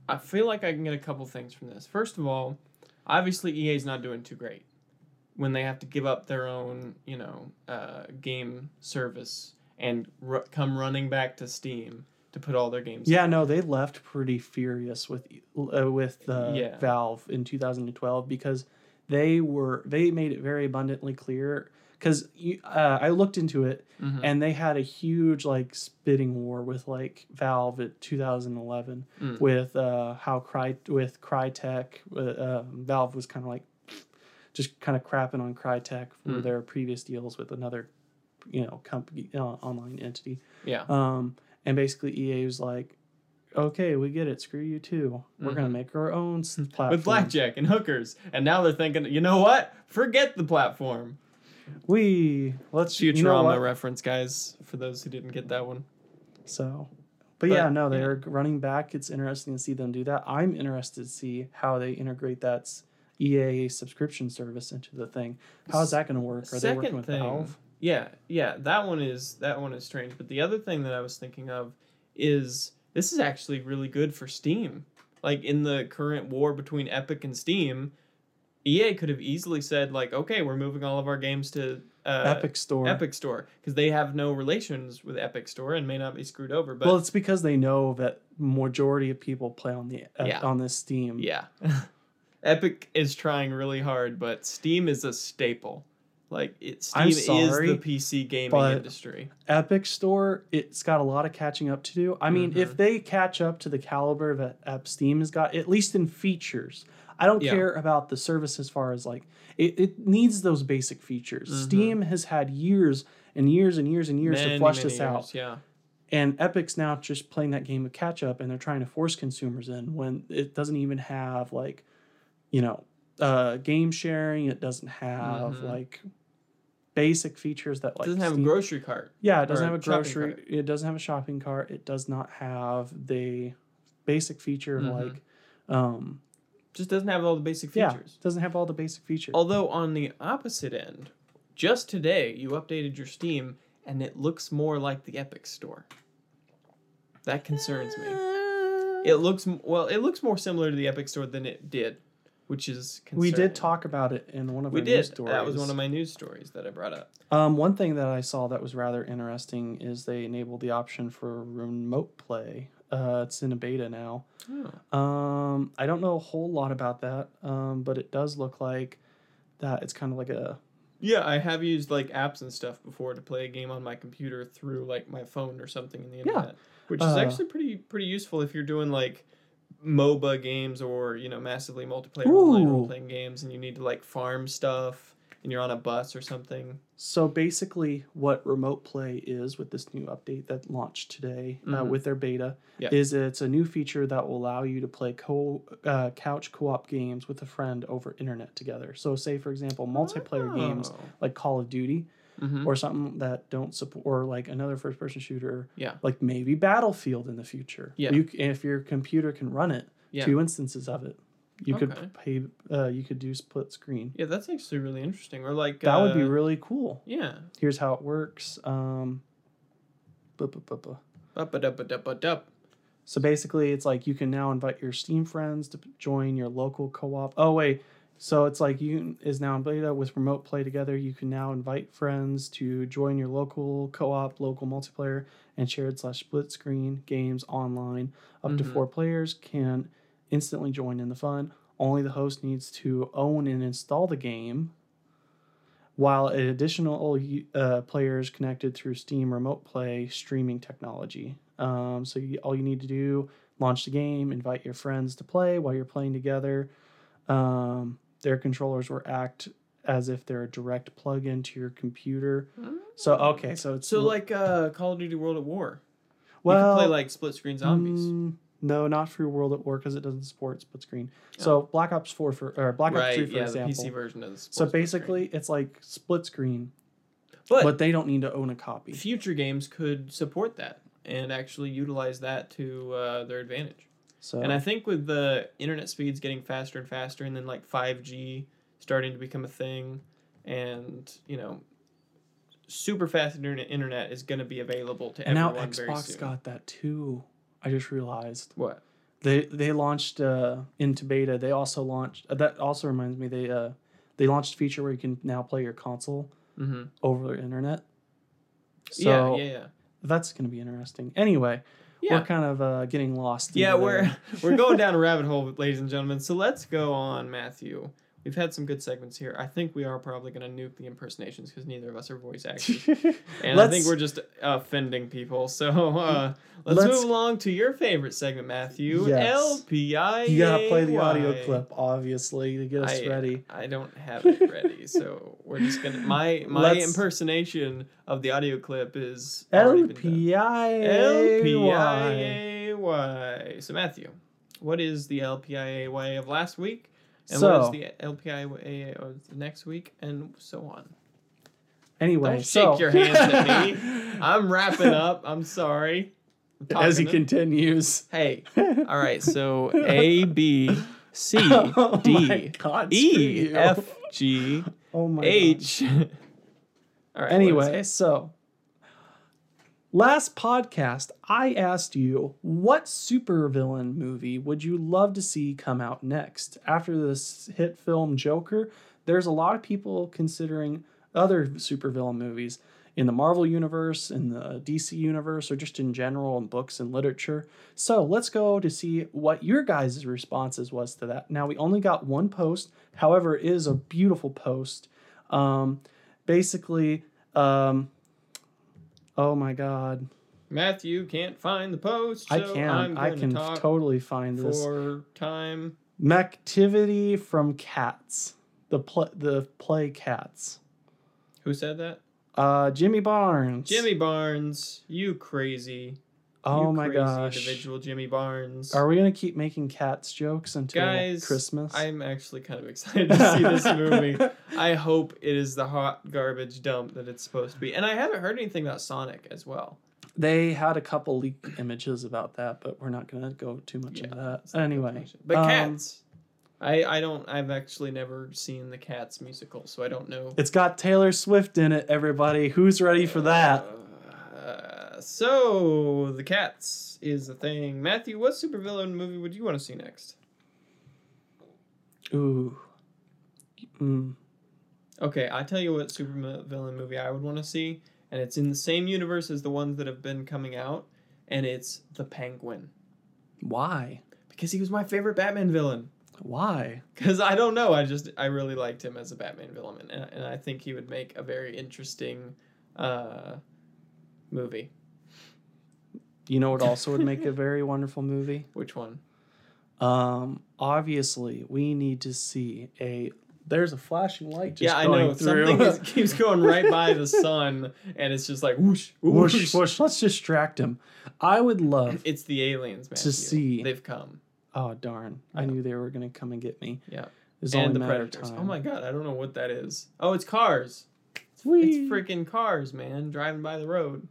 Speaker 1: I feel like I can get a couple things from this. First of all, obviously EA's not doing too great when they have to give up their own, you know, uh, game service and ru- come running back to Steam to put all their games.
Speaker 2: Yeah, no, they left pretty furious with uh, with uh,
Speaker 1: Yeah.
Speaker 2: Valve in 2012 because they were they made it very abundantly clear because uh, I looked into it
Speaker 1: Mhm.
Speaker 2: and they had a huge like spitting war with like Valve at 2011
Speaker 1: Mm.
Speaker 2: with uh, how Cry with Crytek uh, uh, Valve was kind of like just kind of crapping on Crytek for
Speaker 1: Mm.
Speaker 2: their previous deals with another you know company uh, online entity.
Speaker 1: Yeah.
Speaker 2: Um, and basically, EA was like, "Okay, we get it. Screw you too. We're gonna make our own s- platform
Speaker 1: Mm-hmm. With blackjack and hookers, and now they're thinking, you know what? Forget the platform.
Speaker 2: We let's
Speaker 1: Futurama
Speaker 2: you know what?
Speaker 1: reference, guys, for those who didn't get that one.
Speaker 2: So, but,
Speaker 1: But,
Speaker 2: yeah, no,
Speaker 1: yeah.
Speaker 2: they're running back. It's interesting to see them do that. I'm interested to see how they integrate that s- EA subscription service into the thing. How's that gonna work? Are they working with Valve?
Speaker 1: Yeah, yeah, that one is that one is strange. But the other thing that I was thinking of is this is actually really good for Steam. Like in the current war between Epic and Steam, EA could have easily said like, okay, we're moving all of our games to uh,
Speaker 2: Epic Store.
Speaker 1: Epic Store because they have no relations with Epic Store and may not be screwed over. But
Speaker 2: well, it's because they know that majority of people play on the uh,
Speaker 1: Yeah.
Speaker 2: on this Steam. (laughs)
Speaker 1: Yeah. Epic is trying really hard, but Steam is a staple. Like it, Steam
Speaker 2: I'm
Speaker 1: is
Speaker 2: sorry,
Speaker 1: the PC gaming
Speaker 2: but-
Speaker 1: industry.
Speaker 2: Epic Store, it's got a lot of catching up to do. I mean,
Speaker 1: Mm-hmm.
Speaker 2: if they catch up to the caliber that App Steam has got, at least in features, I don't
Speaker 1: Yeah.
Speaker 2: care about the service as far as like it, it needs those
Speaker 1: Mm-hmm.
Speaker 2: basic features. Steam has had years and years and years and years to flush this out.
Speaker 1: Yeah.
Speaker 2: And Epic's now just playing that game of catch up and they're trying to force consumers in when it doesn't even have like, you know, uh, game sharing. It doesn't have
Speaker 1: Mhm.
Speaker 2: like basic features that like
Speaker 1: doesn't have a
Speaker 2: Steam-
Speaker 1: grocery cart.
Speaker 2: yeah, it doesn't
Speaker 1: or
Speaker 2: have a
Speaker 1: shopping
Speaker 2: grocery.
Speaker 1: cart.
Speaker 2: It doesn't have a shopping cart. It does not have the basic feature of
Speaker 1: Mhm.
Speaker 2: like, um,
Speaker 1: Just doesn't have all the basic
Speaker 2: yeah,
Speaker 1: features. Oh,
Speaker 2: doesn't have all the basic features.
Speaker 1: Although on the opposite end, just today you updated your Steam and it looks more like the Epic Store. That concerns me. It looks m- well. It looks more similar to the Epic Store than it did, which is concerning.
Speaker 2: we did talk about it in one of
Speaker 1: We
Speaker 2: our
Speaker 1: did.
Speaker 2: news stories.
Speaker 1: That was one of my news stories that I brought up.
Speaker 2: Um, one thing that I saw that was rather interesting is they enabled the option for remote play. Uh, it's in a beta now. Um, I don't know a whole lot about that, um, but it does look like that it's kind of like a
Speaker 1: Yeah, I have used like apps and stuff before to play a game on my computer through like my phone or something in the internet, which is
Speaker 2: Uh,
Speaker 1: actually pretty pretty useful if you're doing like MOBA games or you know massively multiplayer
Speaker 2: Ooh.
Speaker 1: online role playing games and you need to like farm stuff and you're on a bus or something.
Speaker 2: So basically, what remote play is with this new update that launched today uh,
Speaker 1: Mhm.
Speaker 2: with their beta
Speaker 1: Yeah.
Speaker 2: is it's a new feature that will allow you to play co uh, couch co op games with a friend over internet together. So, say for example, multiplayer
Speaker 1: Ah.
Speaker 2: games
Speaker 1: Oh.
Speaker 2: like Call of Duty
Speaker 1: Mhm.
Speaker 2: or something that don't support, or like another first person shooter,
Speaker 1: Yeah.
Speaker 2: like maybe Battlefield in the future.
Speaker 1: Yeah.
Speaker 2: you, c- if your computer can run it,
Speaker 1: Yeah.
Speaker 2: two instances of it, you
Speaker 1: Okay.
Speaker 2: could pay, uh, you could do split screen.
Speaker 1: Yeah, that's actually really interesting. Or like
Speaker 2: That would be
Speaker 1: uh,
Speaker 2: really cool
Speaker 1: yeah.
Speaker 2: here's how it works. Um, buh, buh, buh, buh.
Speaker 1: Up up up up up.
Speaker 2: So basically, it's like you can now invite your Steam friends to p- join your local co-op. Oh wait, so it's like you is now in beta with remote play together. You can now invite friends to join your local co-op, local multiplayer, and shared slash split screen games online. Up to
Speaker 1: Mhm.
Speaker 2: four players can instantly join in the fun. Only the host needs to own and install the game. While additional uh, players connected through Steam Remote Play streaming technology. Um, so you, all you need to do launch the game, invite your friends to play while you're playing together. Um, their controllers will act as if they're a direct plug into your computer. So okay, so it's
Speaker 1: So like uh Call of Duty World at War. you
Speaker 2: well,
Speaker 1: can play like split screen zombies.
Speaker 2: mm, no, not for World at War because it doesn't support split screen. So Black Ops Four for or Black Ops
Speaker 1: Oh. right,
Speaker 2: Three for
Speaker 1: yeah,
Speaker 2: example.
Speaker 1: the PC version of the split
Speaker 2: so
Speaker 1: screen.
Speaker 2: basically, it's like split screen,
Speaker 1: but,
Speaker 2: but they don't need to own a copy.
Speaker 1: future games could support that and actually utilize that to uh, their advantage.
Speaker 2: So
Speaker 1: And I think with the internet speeds getting faster and faster, and then like 5G starting to become a thing, and you know, super fast internet internet is going to be available to
Speaker 2: and now
Speaker 1: everyone very
Speaker 2: Xbox
Speaker 1: soon.
Speaker 2: got that too. I just realized.
Speaker 1: what?
Speaker 2: they they launched uh, into beta. They also launched uh, that also reminds me they uh, they launched a feature where you can now play your console
Speaker 1: Mm-hmm.
Speaker 2: over the internet. So
Speaker 1: yeah, yeah, yeah.
Speaker 2: that's going to be interesting. Anyway,
Speaker 1: Yeah,
Speaker 2: we're kind of uh, getting lost.
Speaker 1: yeah
Speaker 2: into
Speaker 1: we're
Speaker 2: there.
Speaker 1: (laughs) we're going down a rabbit hole, ladies and gentlemen. So let's go on, Matthew. We've had some good segments here. I think we are probably going to nuke the impersonations because neither of us are voice actors.
Speaker 2: (laughs)
Speaker 1: And I think
Speaker 2: Let's-
Speaker 1: we're just offending people. So uh, let's,
Speaker 2: Let's-
Speaker 1: move along to your favorite segment, Matthew.
Speaker 2: Yes.
Speaker 1: LPI.
Speaker 2: (laughs) you gotta play the audio clip obviously to get us
Speaker 1: I,
Speaker 2: ready.
Speaker 1: I don't have
Speaker 2: (laughs)
Speaker 1: it ready, so we're just gonna my my
Speaker 2: Let's-
Speaker 1: impersonation of the audio clip is already been done.
Speaker 2: LPI.
Speaker 1: LPIAY. So Matthew, what is the LPIAY of last week? And
Speaker 2: So
Speaker 1: what is the LPIAY of next week, and so on?
Speaker 2: anyway,
Speaker 1: Don't shake
Speaker 2: so-
Speaker 1: your hands
Speaker 2: (laughs)
Speaker 1: at I'm wrapping up. I'm sorry. I'm
Speaker 2: As he
Speaker 1: talking to-
Speaker 2: continues.
Speaker 1: Hey. All right.
Speaker 2: (laughs)
Speaker 1: So A B C
Speaker 2: Oh my
Speaker 1: E D
Speaker 2: God, screw
Speaker 1: E
Speaker 2: you.
Speaker 1: F G
Speaker 2: Oh my God.
Speaker 1: H. (laughs) All right. what is it?
Speaker 2: Anyway, so last podcast, I asked you what supervillain movie would you love to see come out next? After this hit film Joker, there's a lot of people considering other supervillain movies in the Marvel universe, in the DC universe, or just in general in books and literature. So let's go to see what your guys' responses was to that. Now we only got one post, however, it is a beautiful post. Um, basically, um, oh my god,
Speaker 1: Matthew can't find the post.
Speaker 2: I
Speaker 1: so I'm
Speaker 2: can I
Speaker 1: gonna
Speaker 2: can
Speaker 1: talk
Speaker 2: totally find this
Speaker 1: for time.
Speaker 2: Mactivity from Cats, the pl- the play Cats.
Speaker 1: Who said that?
Speaker 2: Uh, Jimmy Barnes.
Speaker 1: Jimmy Barnes, you crazy.
Speaker 2: Oh
Speaker 1: you
Speaker 2: my
Speaker 1: crazy
Speaker 2: gosh.
Speaker 1: Individual Jimmy Barnes.
Speaker 2: Are we gonna keep making cats jokes until
Speaker 1: Guys,
Speaker 2: Christmas?
Speaker 1: I'm actually kind of excited to see
Speaker 2: (laughs)
Speaker 1: this movie. I hope it is the hot garbage dump that it's supposed to be. And I haven't heard anything about Sonic as well.
Speaker 2: They had a couple leak images about that, but we're not gonna go too much
Speaker 1: Yeah,
Speaker 2: into that.
Speaker 1: It's not
Speaker 2: Anyway,
Speaker 1: much. But
Speaker 2: um,
Speaker 1: Cats. I, I don't I've actually never seen the Cats musical, so I don't know.
Speaker 2: It's got Taylor Swift in it. Everybody, who's ready for that?
Speaker 1: Uh, so the Cats is the thing. Matthew, what supervillain movie would you want to see next? Uh,
Speaker 2: Ooh. Mm.
Speaker 1: Okay, I tell you what supervillain movie I would want to see, and it's in the same universe as the ones that have been coming out, and it's the Penguin
Speaker 2: Why?
Speaker 1: because he was my favorite Batman villain. (laughs)
Speaker 2: Why?
Speaker 1: Because I don't know, I just I really liked him as a Batman villain, and, and I think he would make a very interesting uh, movie.
Speaker 2: You know what also would make a very (laughs) wonderful movie?
Speaker 1: Which one?
Speaker 2: Um, obviously, we need to see a. There's a flashing light just
Speaker 1: yeah, I
Speaker 2: going
Speaker 1: know
Speaker 2: through.
Speaker 1: something
Speaker 2: (laughs)
Speaker 1: is, keeps going right by the sun, and it's just like whoosh, whoosh.
Speaker 2: whoosh, whoosh. Let's distract him. I would love.
Speaker 1: It's the aliens, man.
Speaker 2: see.
Speaker 1: they've come
Speaker 2: Oh darn! I
Speaker 1: Yeah.
Speaker 2: knew they were gonna come and get me.
Speaker 1: Yeah.
Speaker 2: It's
Speaker 1: and
Speaker 2: only
Speaker 1: the
Speaker 2: a matter of
Speaker 1: predators.
Speaker 2: time.
Speaker 1: Oh my god, I don't know what that is. Oh, it's cars.
Speaker 2: Whee!
Speaker 1: It's freaking cars, man, driving by the road.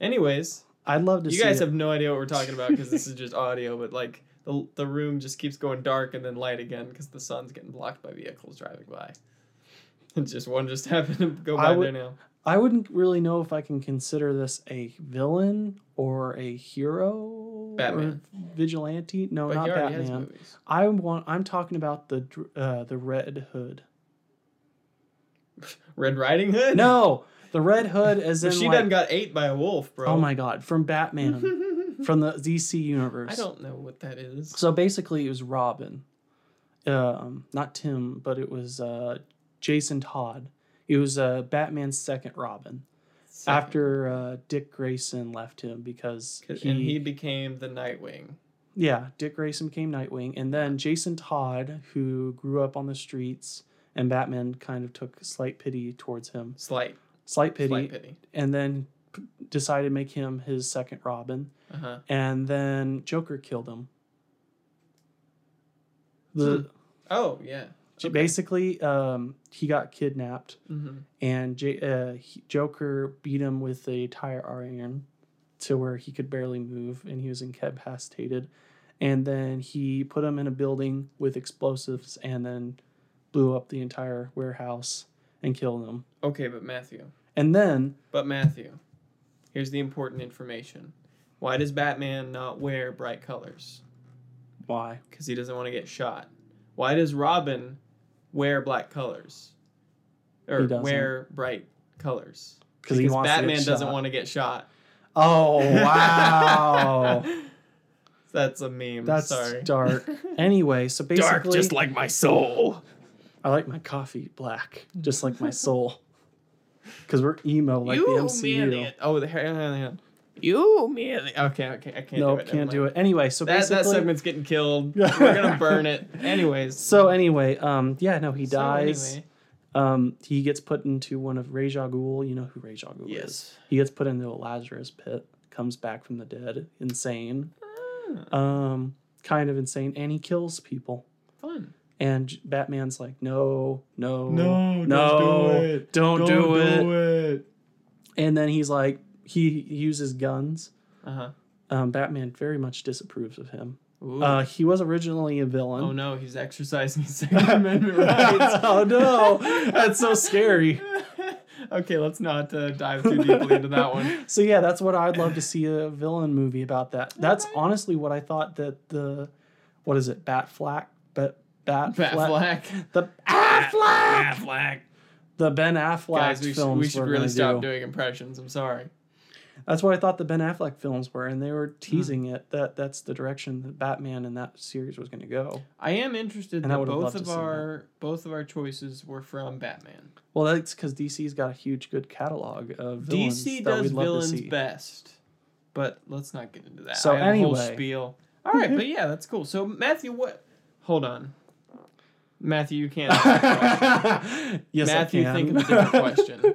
Speaker 1: Anyways,
Speaker 2: I'd love to.
Speaker 1: you
Speaker 2: see
Speaker 1: guys
Speaker 2: it.
Speaker 1: have no idea what we're talking about because this is
Speaker 2: (laughs)
Speaker 1: just audio, but like the, the room just keeps going dark and then light again because the sun's getting blocked by vehicles driving by. (laughs) And just one just (laughs) happened to go
Speaker 2: I
Speaker 1: by
Speaker 2: would-
Speaker 1: there now.
Speaker 2: I wouldn't really know if I can consider this a villain or a hero.
Speaker 1: Batman.
Speaker 2: Or vigilante? No,
Speaker 1: But
Speaker 2: not
Speaker 1: he already has
Speaker 2: Batman.
Speaker 1: movies.
Speaker 2: I want. I'm talking about the dr- uh, the Red Hood.
Speaker 1: Red Riding Hood? (laughs)
Speaker 2: (laughs) No, the Red Hood as in
Speaker 1: She
Speaker 2: like,
Speaker 1: done got ate by a wolf, bro. (laughs)
Speaker 2: oh my god, from Batman, from the DC universe.
Speaker 1: I don't know what that is.
Speaker 2: So basically, it was Robin, um, not Tim, but it was uh, Jason Todd. It was uh, Batman's second Robin after uh, Dick Grayson left him because
Speaker 1: and he became the Nightwing.
Speaker 2: Yeah, Dick Grayson became Nightwing, and then Jason Todd, who grew up on the streets, and Batman kind of took slight pity towards him,
Speaker 1: Slight,
Speaker 2: slight pity,
Speaker 1: slight pity.
Speaker 2: and then p- decided to make him his second Robin,
Speaker 1: Uh huh.
Speaker 2: and then Joker killed him. The
Speaker 1: Oh yeah.
Speaker 2: j- basically, um, he got kidnapped,
Speaker 1: hmm
Speaker 2: and J- uh, he- Joker beat him with a tire iron to where he could barely move and he was incapacitated. And then he put him in a building with explosives and then blew up the entire warehouse and killed him.
Speaker 1: Okay, but Matthew.
Speaker 2: And then,
Speaker 1: But Matthew, here's the important information. Why does Batman not wear bright colors?
Speaker 2: why?
Speaker 1: Because he doesn't want to get shot. Why does Robin wear black colors? Or
Speaker 2: He doesn't.
Speaker 1: wear bright colors?
Speaker 2: Because he wants
Speaker 1: Batman
Speaker 2: to get
Speaker 1: doesn't
Speaker 2: shot.
Speaker 1: want to get shot. (laughs)
Speaker 2: Oh, wow.
Speaker 1: That's a meme.
Speaker 2: That's
Speaker 1: Sorry. (laughs)
Speaker 2: dark. Anyway, so basically,
Speaker 1: like my soul.
Speaker 2: I like my coffee black, just like
Speaker 1: (laughs)
Speaker 2: my soul. Because we're emo like the MCU.
Speaker 1: man. Oh, the hair. hang on. You man. Okay, okay. I can't
Speaker 2: No,
Speaker 1: do it.
Speaker 2: can't do it. Anyway, so
Speaker 1: That, that
Speaker 2: basically,
Speaker 1: segment's getting
Speaker 2: (laughs)
Speaker 1: killed. We're gonna burn it. Anyways.
Speaker 2: so anyway, um, yeah, no, (laughs) he
Speaker 1: So
Speaker 2: dies.
Speaker 1: anyway,
Speaker 2: Um, he gets put into one of Rajah Ghul. You know who Rajah Ghul is.
Speaker 1: yes.
Speaker 2: He gets put into a Lazarus pit. Comes back from the dead, insane,
Speaker 1: Ah.
Speaker 2: um, kind of insane, and he kills people.
Speaker 1: Fun.
Speaker 2: And J- Batman's like, no, no,
Speaker 1: No, don't do it.
Speaker 2: don't, do it.
Speaker 1: it.
Speaker 2: And then he's like, he uses guns.
Speaker 1: Uh
Speaker 2: Um, Batman very much disapproves of him.
Speaker 1: huh.
Speaker 2: Uh, he was originally a villain.
Speaker 1: Mm. oh no, he's exercising his
Speaker 2: (laughs)
Speaker 1: Second (laughs) Amendment rights.
Speaker 2: oh
Speaker 1: (laughs)
Speaker 2: no, that's so scary.
Speaker 1: okay, let's not uh, dive (laughs) too deeply into that
Speaker 2: (laughs)
Speaker 1: one.
Speaker 2: So yeah, that's what I'd love to see a villain movie about that. That's
Speaker 1: Okay.
Speaker 2: honestly what I thought that the what is it, Batflack, but Bat,
Speaker 1: Bat Flack.
Speaker 2: the Affleck,
Speaker 1: Bat Flack.
Speaker 2: the Ben Affleck
Speaker 1: Guys, we, sh-
Speaker 2: films.
Speaker 1: we should
Speaker 2: were
Speaker 1: really
Speaker 2: gonna
Speaker 1: stop
Speaker 2: do.
Speaker 1: doing impressions. I'm sorry.
Speaker 2: That's what I thought the Ben Affleck films were, and they were teasing it that that's the direction that Batman in that series was going to go.
Speaker 1: I am interested
Speaker 2: And I
Speaker 1: that
Speaker 2: would've
Speaker 1: both
Speaker 2: loved to
Speaker 1: of
Speaker 2: see that.
Speaker 1: our both of our choices were from Batman.
Speaker 2: Well, that's because DC's got a huge good catalog of villains
Speaker 1: DC
Speaker 2: that
Speaker 1: does
Speaker 2: we'd love
Speaker 1: villains
Speaker 2: to see.
Speaker 1: best, but let's not get into that.
Speaker 2: So
Speaker 1: I have a whole
Speaker 2: anyway.
Speaker 1: spiel. All right, but yeah, that's cool. So Matthew, what? Hold on, Matthew, you can't.
Speaker 2: (laughs)
Speaker 1: (laughs)
Speaker 2: yes,
Speaker 1: Matthew,
Speaker 2: I can.
Speaker 1: think of a different question.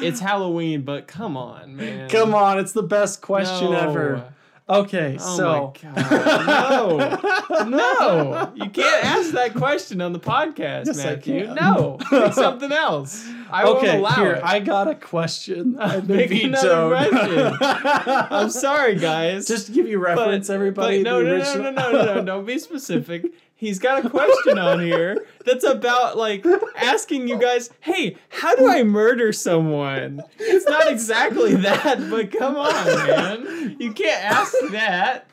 Speaker 1: It's Halloween, but come on, man.
Speaker 2: (laughs) Come on, it's the best question
Speaker 1: No.
Speaker 2: ever. Okay,
Speaker 1: Oh
Speaker 2: so
Speaker 1: my
Speaker 2: (laughs)
Speaker 1: God. No. (laughs) No. You can't ask that question on the podcast,
Speaker 2: Yes, I
Speaker 1: Matthew.
Speaker 2: can.
Speaker 1: No. Pick
Speaker 2: (laughs)
Speaker 1: something else. I won't
Speaker 2: okay,
Speaker 1: allow
Speaker 2: here
Speaker 1: it. I,
Speaker 2: I got
Speaker 1: (laughs)
Speaker 2: a question. I've been
Speaker 1: Pick another
Speaker 2: vetoed. (laughs)
Speaker 1: question. am sorry, guys.
Speaker 2: Just to give you reference, everybody.
Speaker 1: But no,
Speaker 2: the
Speaker 1: no, no, no,
Speaker 2: original-
Speaker 1: no, no,
Speaker 2: (laughs)
Speaker 1: no. Don't be specific. He's got a question on here that's about like asking you guys, hey, how do I murder someone? It's not exactly that, but come on, man. You can't ask that.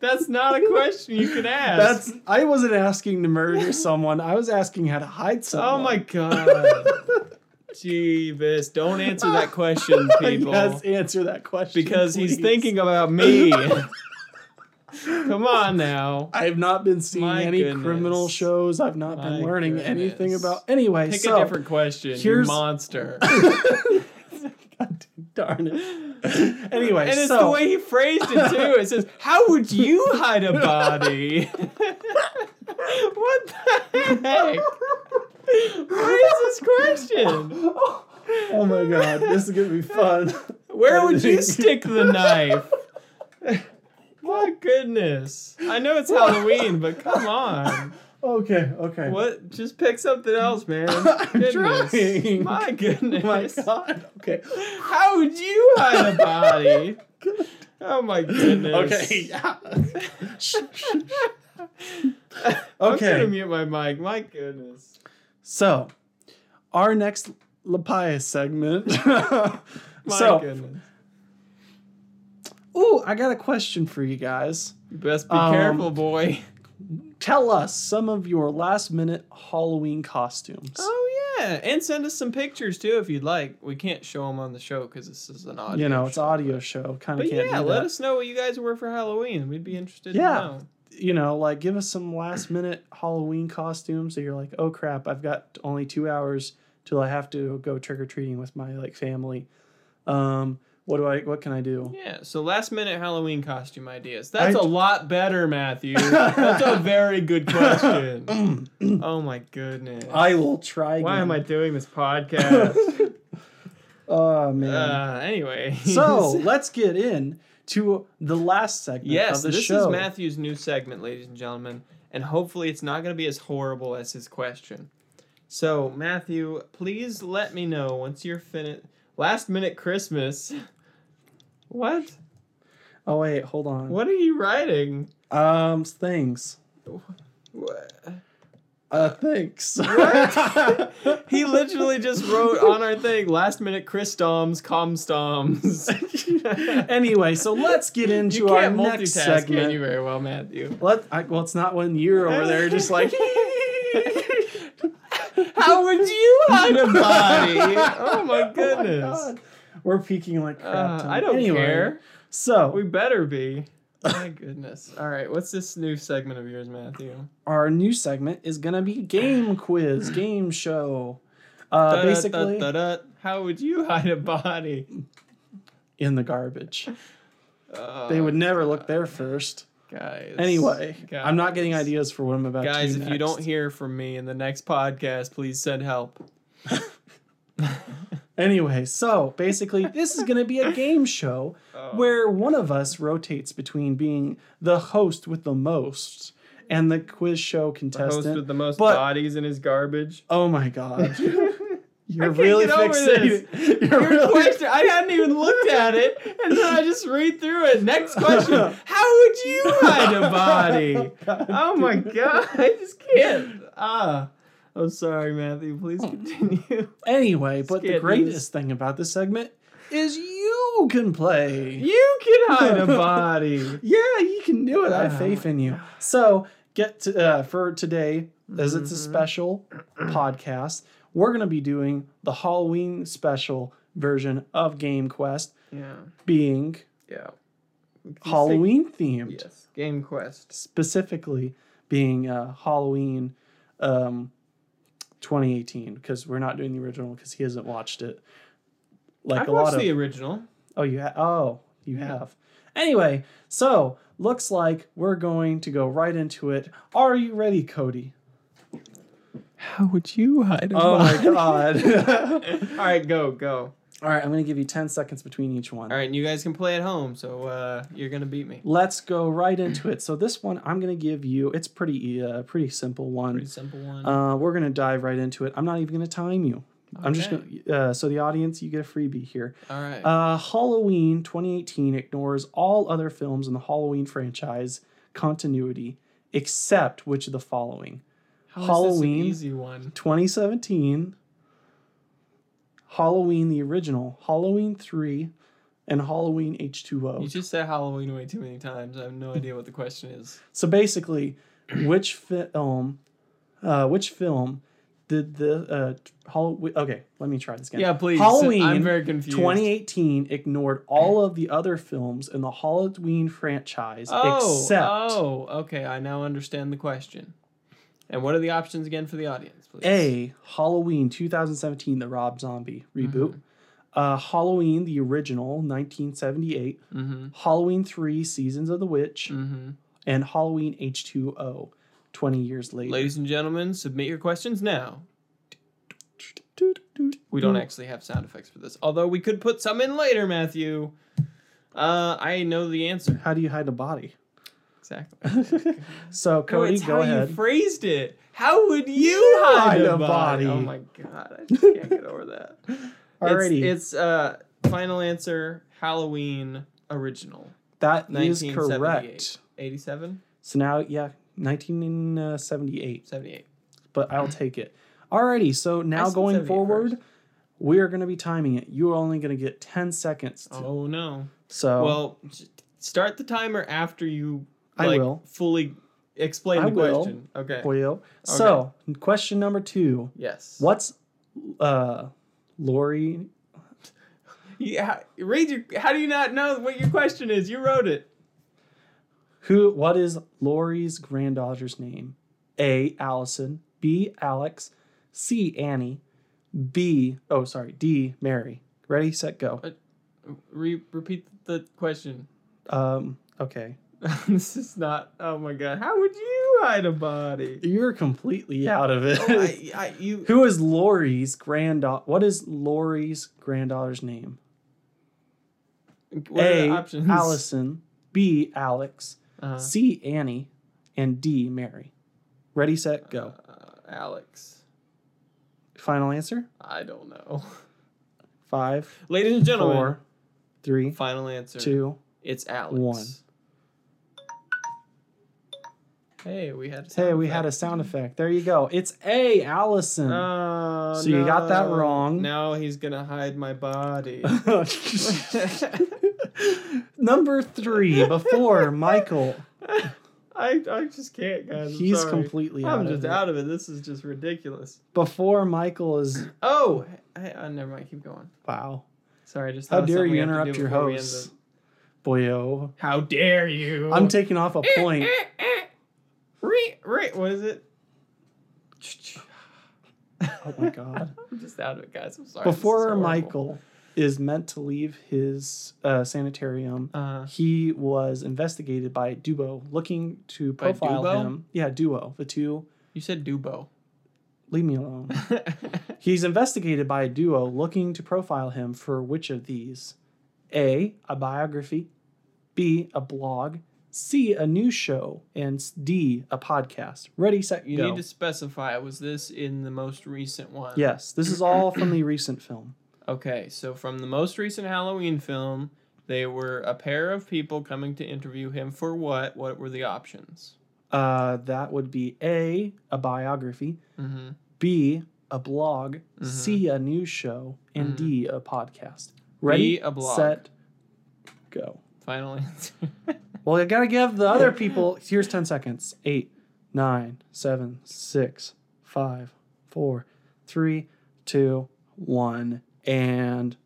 Speaker 1: That's not a question you can ask.
Speaker 2: That's I wasn't asking to
Speaker 1: (laughs)
Speaker 2: murder someone. I was asking how to hide
Speaker 1: oh
Speaker 2: someone.
Speaker 1: my god. Jeebus. Don't answer that question, people.
Speaker 2: (laughs) yes, answer that question
Speaker 1: because he's
Speaker 2: please.
Speaker 1: thinking about me. come on now.
Speaker 2: I have not been seeing
Speaker 1: My
Speaker 2: any
Speaker 1: goodness.
Speaker 2: criminal shows. I've not
Speaker 1: My
Speaker 2: been learning anything
Speaker 1: goodness.
Speaker 2: about. Anyway,
Speaker 1: Pick
Speaker 2: so
Speaker 1: a different question, you
Speaker 2: here's-
Speaker 1: monster.
Speaker 2: (laughs) God darn
Speaker 1: (laughs)
Speaker 2: it. (laughs) anyway,
Speaker 1: and it's
Speaker 2: so
Speaker 1: the way he phrased it too. It says, "How would you
Speaker 2: (laughs)
Speaker 1: hide a body?" what the heck? What is this question?
Speaker 2: (laughs) oh my god, this is gonna be fun.
Speaker 1: Where would you stick the
Speaker 2: (laughs)
Speaker 1: knife? My goodness! I know it's Halloween, but come on.
Speaker 2: Okay, okay.
Speaker 1: What? Just pick something else, man.
Speaker 2: (laughs) I'm trying.
Speaker 1: My
Speaker 2: Oh
Speaker 1: goodness.
Speaker 2: my god. Okay.
Speaker 1: How would you hide a
Speaker 2: (laughs)
Speaker 1: body? Oh my goodness.
Speaker 2: Okay. Yeah.
Speaker 1: I'm gonna
Speaker 2: okay.
Speaker 1: mute my mic. My goodness.
Speaker 2: So, our next Lapia segment. (laughs)
Speaker 1: My
Speaker 2: so,
Speaker 1: goodness.
Speaker 2: ooh, I got a question for you guys.
Speaker 1: You best be
Speaker 2: um,
Speaker 1: careful, boy.
Speaker 2: Tell us some of your last minute Halloween costumes.
Speaker 1: Oh yeah, and send us some pictures too if you'd like. We can't show them on the show because this is an audio.
Speaker 2: you know, it's
Speaker 1: show,
Speaker 2: audio show. Kind
Speaker 1: But, but
Speaker 2: of can't.
Speaker 1: yeah,
Speaker 2: do
Speaker 1: let
Speaker 2: that.
Speaker 1: us know what you guys were for Halloween. We'd be interested.
Speaker 2: Yeah.
Speaker 1: To know.
Speaker 2: you know, like give us some last minute Halloween costumes that you're like, oh crap, I've got only two hours till I have to go trick or treating with my like family. Um, what do I? What can I do?
Speaker 1: Yeah. So last minute Halloween costume ideas. That's a
Speaker 2: I-
Speaker 1: lot better, Matthew. That's
Speaker 2: (laughs)
Speaker 1: a very good
Speaker 2: (clears throat)
Speaker 1: question. oh my goodness.
Speaker 2: I will try. Again.
Speaker 1: Why am I doing this podcast?
Speaker 2: (laughs) Oh man.
Speaker 1: uh, (laughs) anyway. (laughs)
Speaker 2: so (laughs) let's get in to the last segment
Speaker 1: Yes,
Speaker 2: of the
Speaker 1: this
Speaker 2: show.
Speaker 1: is Matthew's new segment, ladies and gentlemen, and hopefully it's not going to be as horrible as his question. So, Matthew, please let me know once you're finished. Last minute Christmas. What?
Speaker 2: Oh wait, hold on.
Speaker 1: What are you writing?
Speaker 2: Um, things.
Speaker 1: What?
Speaker 2: Uh, thanks. (laughs)
Speaker 1: (laughs) he literally just wrote on our thing last minute Chris Doms,
Speaker 2: (laughs)
Speaker 1: Comstoms.
Speaker 2: anyway, so let's get into
Speaker 1: you
Speaker 2: our
Speaker 1: can't
Speaker 2: next
Speaker 1: multitask,
Speaker 2: segment.
Speaker 1: can you very well, Matthew?
Speaker 2: Let I, well, it's not when you're over
Speaker 1: (laughs)
Speaker 2: there just like (laughs)
Speaker 1: How (laughs) would you hide a
Speaker 2: (laughs)
Speaker 1: body? Oh my goodness.
Speaker 2: God. We're peeking like crap.
Speaker 1: Uh,
Speaker 2: ton.
Speaker 1: I don't
Speaker 2: Anyway,
Speaker 1: care.
Speaker 2: So
Speaker 1: We better be. My goodness. All right, what's this new segment of yours, Matthew?
Speaker 2: our new segment is gonna be
Speaker 1: (clears throat)
Speaker 2: game quiz, game show. Uh,
Speaker 1: Da-da-da-da-da.
Speaker 2: basically,
Speaker 1: How would you hide a body?
Speaker 2: in the garbage.
Speaker 1: Oh,
Speaker 2: They would never look there first.
Speaker 1: guys.
Speaker 2: Anyway,
Speaker 1: Guys.
Speaker 2: I'm not getting ideas for what I'm about.
Speaker 1: Guys,
Speaker 2: to do
Speaker 1: if you don't
Speaker 2: next.
Speaker 1: hear from me in the next podcast, please send help.
Speaker 2: Anyway, so basically, this is gonna be a game show
Speaker 1: Oh,
Speaker 2: where one of us rotates between being the host with the most and the quiz show contestant.
Speaker 1: Host with the most
Speaker 2: but-
Speaker 1: bodies in his (laughs) garbage.
Speaker 2: Oh my god. You're
Speaker 1: can't
Speaker 2: really
Speaker 1: get over
Speaker 2: fixated. You're
Speaker 1: Your
Speaker 2: really-
Speaker 1: question, I hadn't even looked at it, and then I just read through it. Next
Speaker 2: (laughs)
Speaker 1: question: How would you hide a body? Oh (laughs) my god, I just can't. Ah, I'm sorry, Matthew. Please (laughs) continue.
Speaker 2: Anyway, but
Speaker 1: Scared
Speaker 2: the
Speaker 1: me.
Speaker 2: greatest thing about this segment is you can play.
Speaker 1: You can hide (laughs) a body.
Speaker 2: Yeah, you can do it. I have
Speaker 1: Oh
Speaker 2: faith in you. So, get to, uh, for today, as it's a
Speaker 1: Mm-hmm.
Speaker 2: special podcast, we're going to be doing the Halloween special version of Game Quest
Speaker 1: Yeah,
Speaker 2: being
Speaker 1: yeah.
Speaker 2: Halloween themed.
Speaker 1: Yes. Game Quest.
Speaker 2: specifically being uh, Halloween um, 2018 because we're not doing the original because he hasn't watched it. Like
Speaker 1: I've
Speaker 2: a
Speaker 1: watched
Speaker 2: lot of
Speaker 1: the original.
Speaker 2: oh you ha- oh you have. Anyway, so looks like we're going to go right into it. Are you
Speaker 1: (laughs)
Speaker 2: ready, Cody?
Speaker 1: How would you hide a
Speaker 2: (laughs) Oh my god.
Speaker 1: (laughs) All right, go go.
Speaker 2: All right, I'm going to give you 10 seconds between each one.
Speaker 1: All right, and you guys can play at home, so uh, you're gonna beat me.
Speaker 2: Let's go right into it. So this one I'm going to give you it's pretty uh pretty simple one.
Speaker 1: Pretty simple one.
Speaker 2: Uh, we're gonna dive right into it. I'm not even gonna time you. I'm just
Speaker 1: Okay.
Speaker 2: gonna. Uh, so the audience, you get a freebie here.
Speaker 1: All right.
Speaker 2: Uh, Halloween 2018 ignores all other films in the Halloween franchise continuity except which of the following:
Speaker 1: How is
Speaker 2: Halloween.
Speaker 1: This an easy one.
Speaker 2: 2017, Halloween the original, Halloween 3, and Halloween
Speaker 1: You
Speaker 2: H2O.
Speaker 1: just said Halloween way too many times. I have no idea what the question is.
Speaker 2: So basically, which film, uh, which film did the uh, Halloween? Okay, let me try this again.
Speaker 1: Yeah, please.
Speaker 2: Halloween
Speaker 1: I'm very confused.
Speaker 2: 2018 ignored all of the other films in the Halloween franchise
Speaker 1: Oh,
Speaker 2: except
Speaker 1: oh, okay. I now understand the question. And what are the options again for the audience, please?
Speaker 2: A. Halloween 2017, the Rob Zombie reboot.
Speaker 1: Mm-hmm.
Speaker 2: Uh, Halloween, the original 1978.
Speaker 1: Mm-hmm.
Speaker 2: Halloween 3, Seasons of the Witch.
Speaker 1: Mm-hmm.
Speaker 2: And Halloween H2O, 20 years later.
Speaker 1: Ladies and gentlemen, submit your questions now. We
Speaker 2: Hmm.
Speaker 1: don't actually have sound effects for this, although we could put some in later, Matthew. Uh, I know the answer
Speaker 2: How do you hide
Speaker 1: (laughs)
Speaker 2: a body? (laughs)
Speaker 1: exactly.
Speaker 2: so,
Speaker 1: No,
Speaker 2: Cody,
Speaker 1: it's
Speaker 2: go
Speaker 1: how
Speaker 2: ahead.
Speaker 1: you phrased it. How would you, hide, a body? Oh my god, I just can't get over
Speaker 2: (laughs)
Speaker 1: that.
Speaker 2: Alrighty.
Speaker 1: It's, it's uh final answer Halloween original.
Speaker 2: that is
Speaker 1: 1978.
Speaker 2: correct.
Speaker 1: 87?
Speaker 2: So now, yeah, 1978.
Speaker 1: 78.
Speaker 2: but I'll
Speaker 1: Mm-hmm.
Speaker 2: take it. Alrighty, so now
Speaker 1: said
Speaker 2: going
Speaker 1: 78
Speaker 2: forward,
Speaker 1: first.
Speaker 2: we are going to be timing it. You're only going to get 10 seconds. To,
Speaker 1: Oh no.
Speaker 2: so
Speaker 1: Well, j- start the timer after you
Speaker 2: I
Speaker 1: like
Speaker 2: will.
Speaker 1: fully explain
Speaker 2: I
Speaker 1: the
Speaker 2: will.
Speaker 1: question. Okay.
Speaker 2: Boyo. So, question number two
Speaker 1: Yes.
Speaker 2: What's uh, Lori?
Speaker 1: Yeah, read your How do you not know what your question is? You wrote it.
Speaker 2: Who? What is Lori's granddaughter's name? A. Allison. B. Alex. C. Annie. B. Oh, sorry. D. Mary. Ready, set, go.
Speaker 1: Re- repeat the question. (laughs)
Speaker 2: Um. Okay.
Speaker 1: this is not. Oh my god! How would you hide a
Speaker 2: (laughs)
Speaker 1: body?
Speaker 2: You're completely out of it.
Speaker 1: I, I, you.
Speaker 2: Who is Lori's granddaughter? What is Lori's granddaughter's name?
Speaker 1: What are
Speaker 2: A.
Speaker 1: the options? (laughs)
Speaker 2: Allison. B. Alex.
Speaker 1: Uh,
Speaker 2: C. Annie. And D. Mary. Ready, set, go.
Speaker 1: uh, Alex.
Speaker 2: Final answer.
Speaker 1: I don't know. (laughs)
Speaker 2: Five,
Speaker 1: Ladies and gentlemen,
Speaker 2: four, three,
Speaker 1: final answer.
Speaker 2: two.
Speaker 1: It's Alex.
Speaker 2: one.
Speaker 1: Hey, we had. A
Speaker 2: Hey, we had a sound effect. There you go. It's A. Allison.
Speaker 1: Oh,
Speaker 2: So you got that
Speaker 1: no.
Speaker 2: wrong.
Speaker 1: Now he's gonna hide my
Speaker 2: (laughs)
Speaker 1: body.
Speaker 2: (laughs)
Speaker 1: (laughs)
Speaker 2: Number three,
Speaker 1: (laughs)
Speaker 2: before Michael.
Speaker 1: I I just can't, guys. I'm
Speaker 2: He's
Speaker 1: sorry.
Speaker 2: completely out
Speaker 1: I'm
Speaker 2: of
Speaker 1: just
Speaker 2: it.
Speaker 1: out of it. This is just ridiculous.
Speaker 2: Before Michael is.
Speaker 1: Oh, hey, oh, never mind. Keep going.
Speaker 2: Wow.
Speaker 1: Sorry, I just
Speaker 2: How
Speaker 1: thought of
Speaker 2: dare
Speaker 1: something we
Speaker 2: you
Speaker 1: have to do
Speaker 2: interrupt your
Speaker 1: before we end
Speaker 2: host,
Speaker 1: the-
Speaker 2: boyo?
Speaker 1: How dare you? Eh,
Speaker 2: I'm taking
Speaker 1: (laughs)
Speaker 2: off a point.
Speaker 1: Re, re, what is it?
Speaker 2: Oh
Speaker 1: (laughs)
Speaker 2: my god!
Speaker 1: I'm just out of it, guys. I'm sorry. This is
Speaker 2: Before
Speaker 1: horrible.
Speaker 2: Michael is meant to leave his uh, sanitarium,
Speaker 1: Uh,
Speaker 2: he was investigated by Dubo, looking to
Speaker 1: By
Speaker 2: profile
Speaker 1: Dubo?
Speaker 2: him. Yeah, Duo, the two.
Speaker 1: you said
Speaker 2: (laughs)
Speaker 1: Dubo.
Speaker 2: Leave me alone. He's investigated by a duo looking to profile him for which of these? A. A biography. B. A blog. C. A news show. And D. A podcast. Ready, set,
Speaker 1: you
Speaker 2: go.
Speaker 1: need to specify. Was this in the most recent one?
Speaker 2: Yes, this is all from the recent film.
Speaker 1: Okay, so from the most recent Halloween film, they were a pair of people coming to interview him for what? What were the options?
Speaker 2: Uh, that would be A, a biography,
Speaker 1: Mm-hmm.
Speaker 2: B, a blog,
Speaker 1: Mhm.
Speaker 2: C, a news show, and
Speaker 1: Mhm.
Speaker 2: D, a podcast. Ready,
Speaker 1: a blog.
Speaker 2: set, go.
Speaker 1: Final answer. (laughs)
Speaker 2: Well, you gotta give the other people. Here's 10 seconds. Eight, nine, seven, six, five, four, three, two, one, and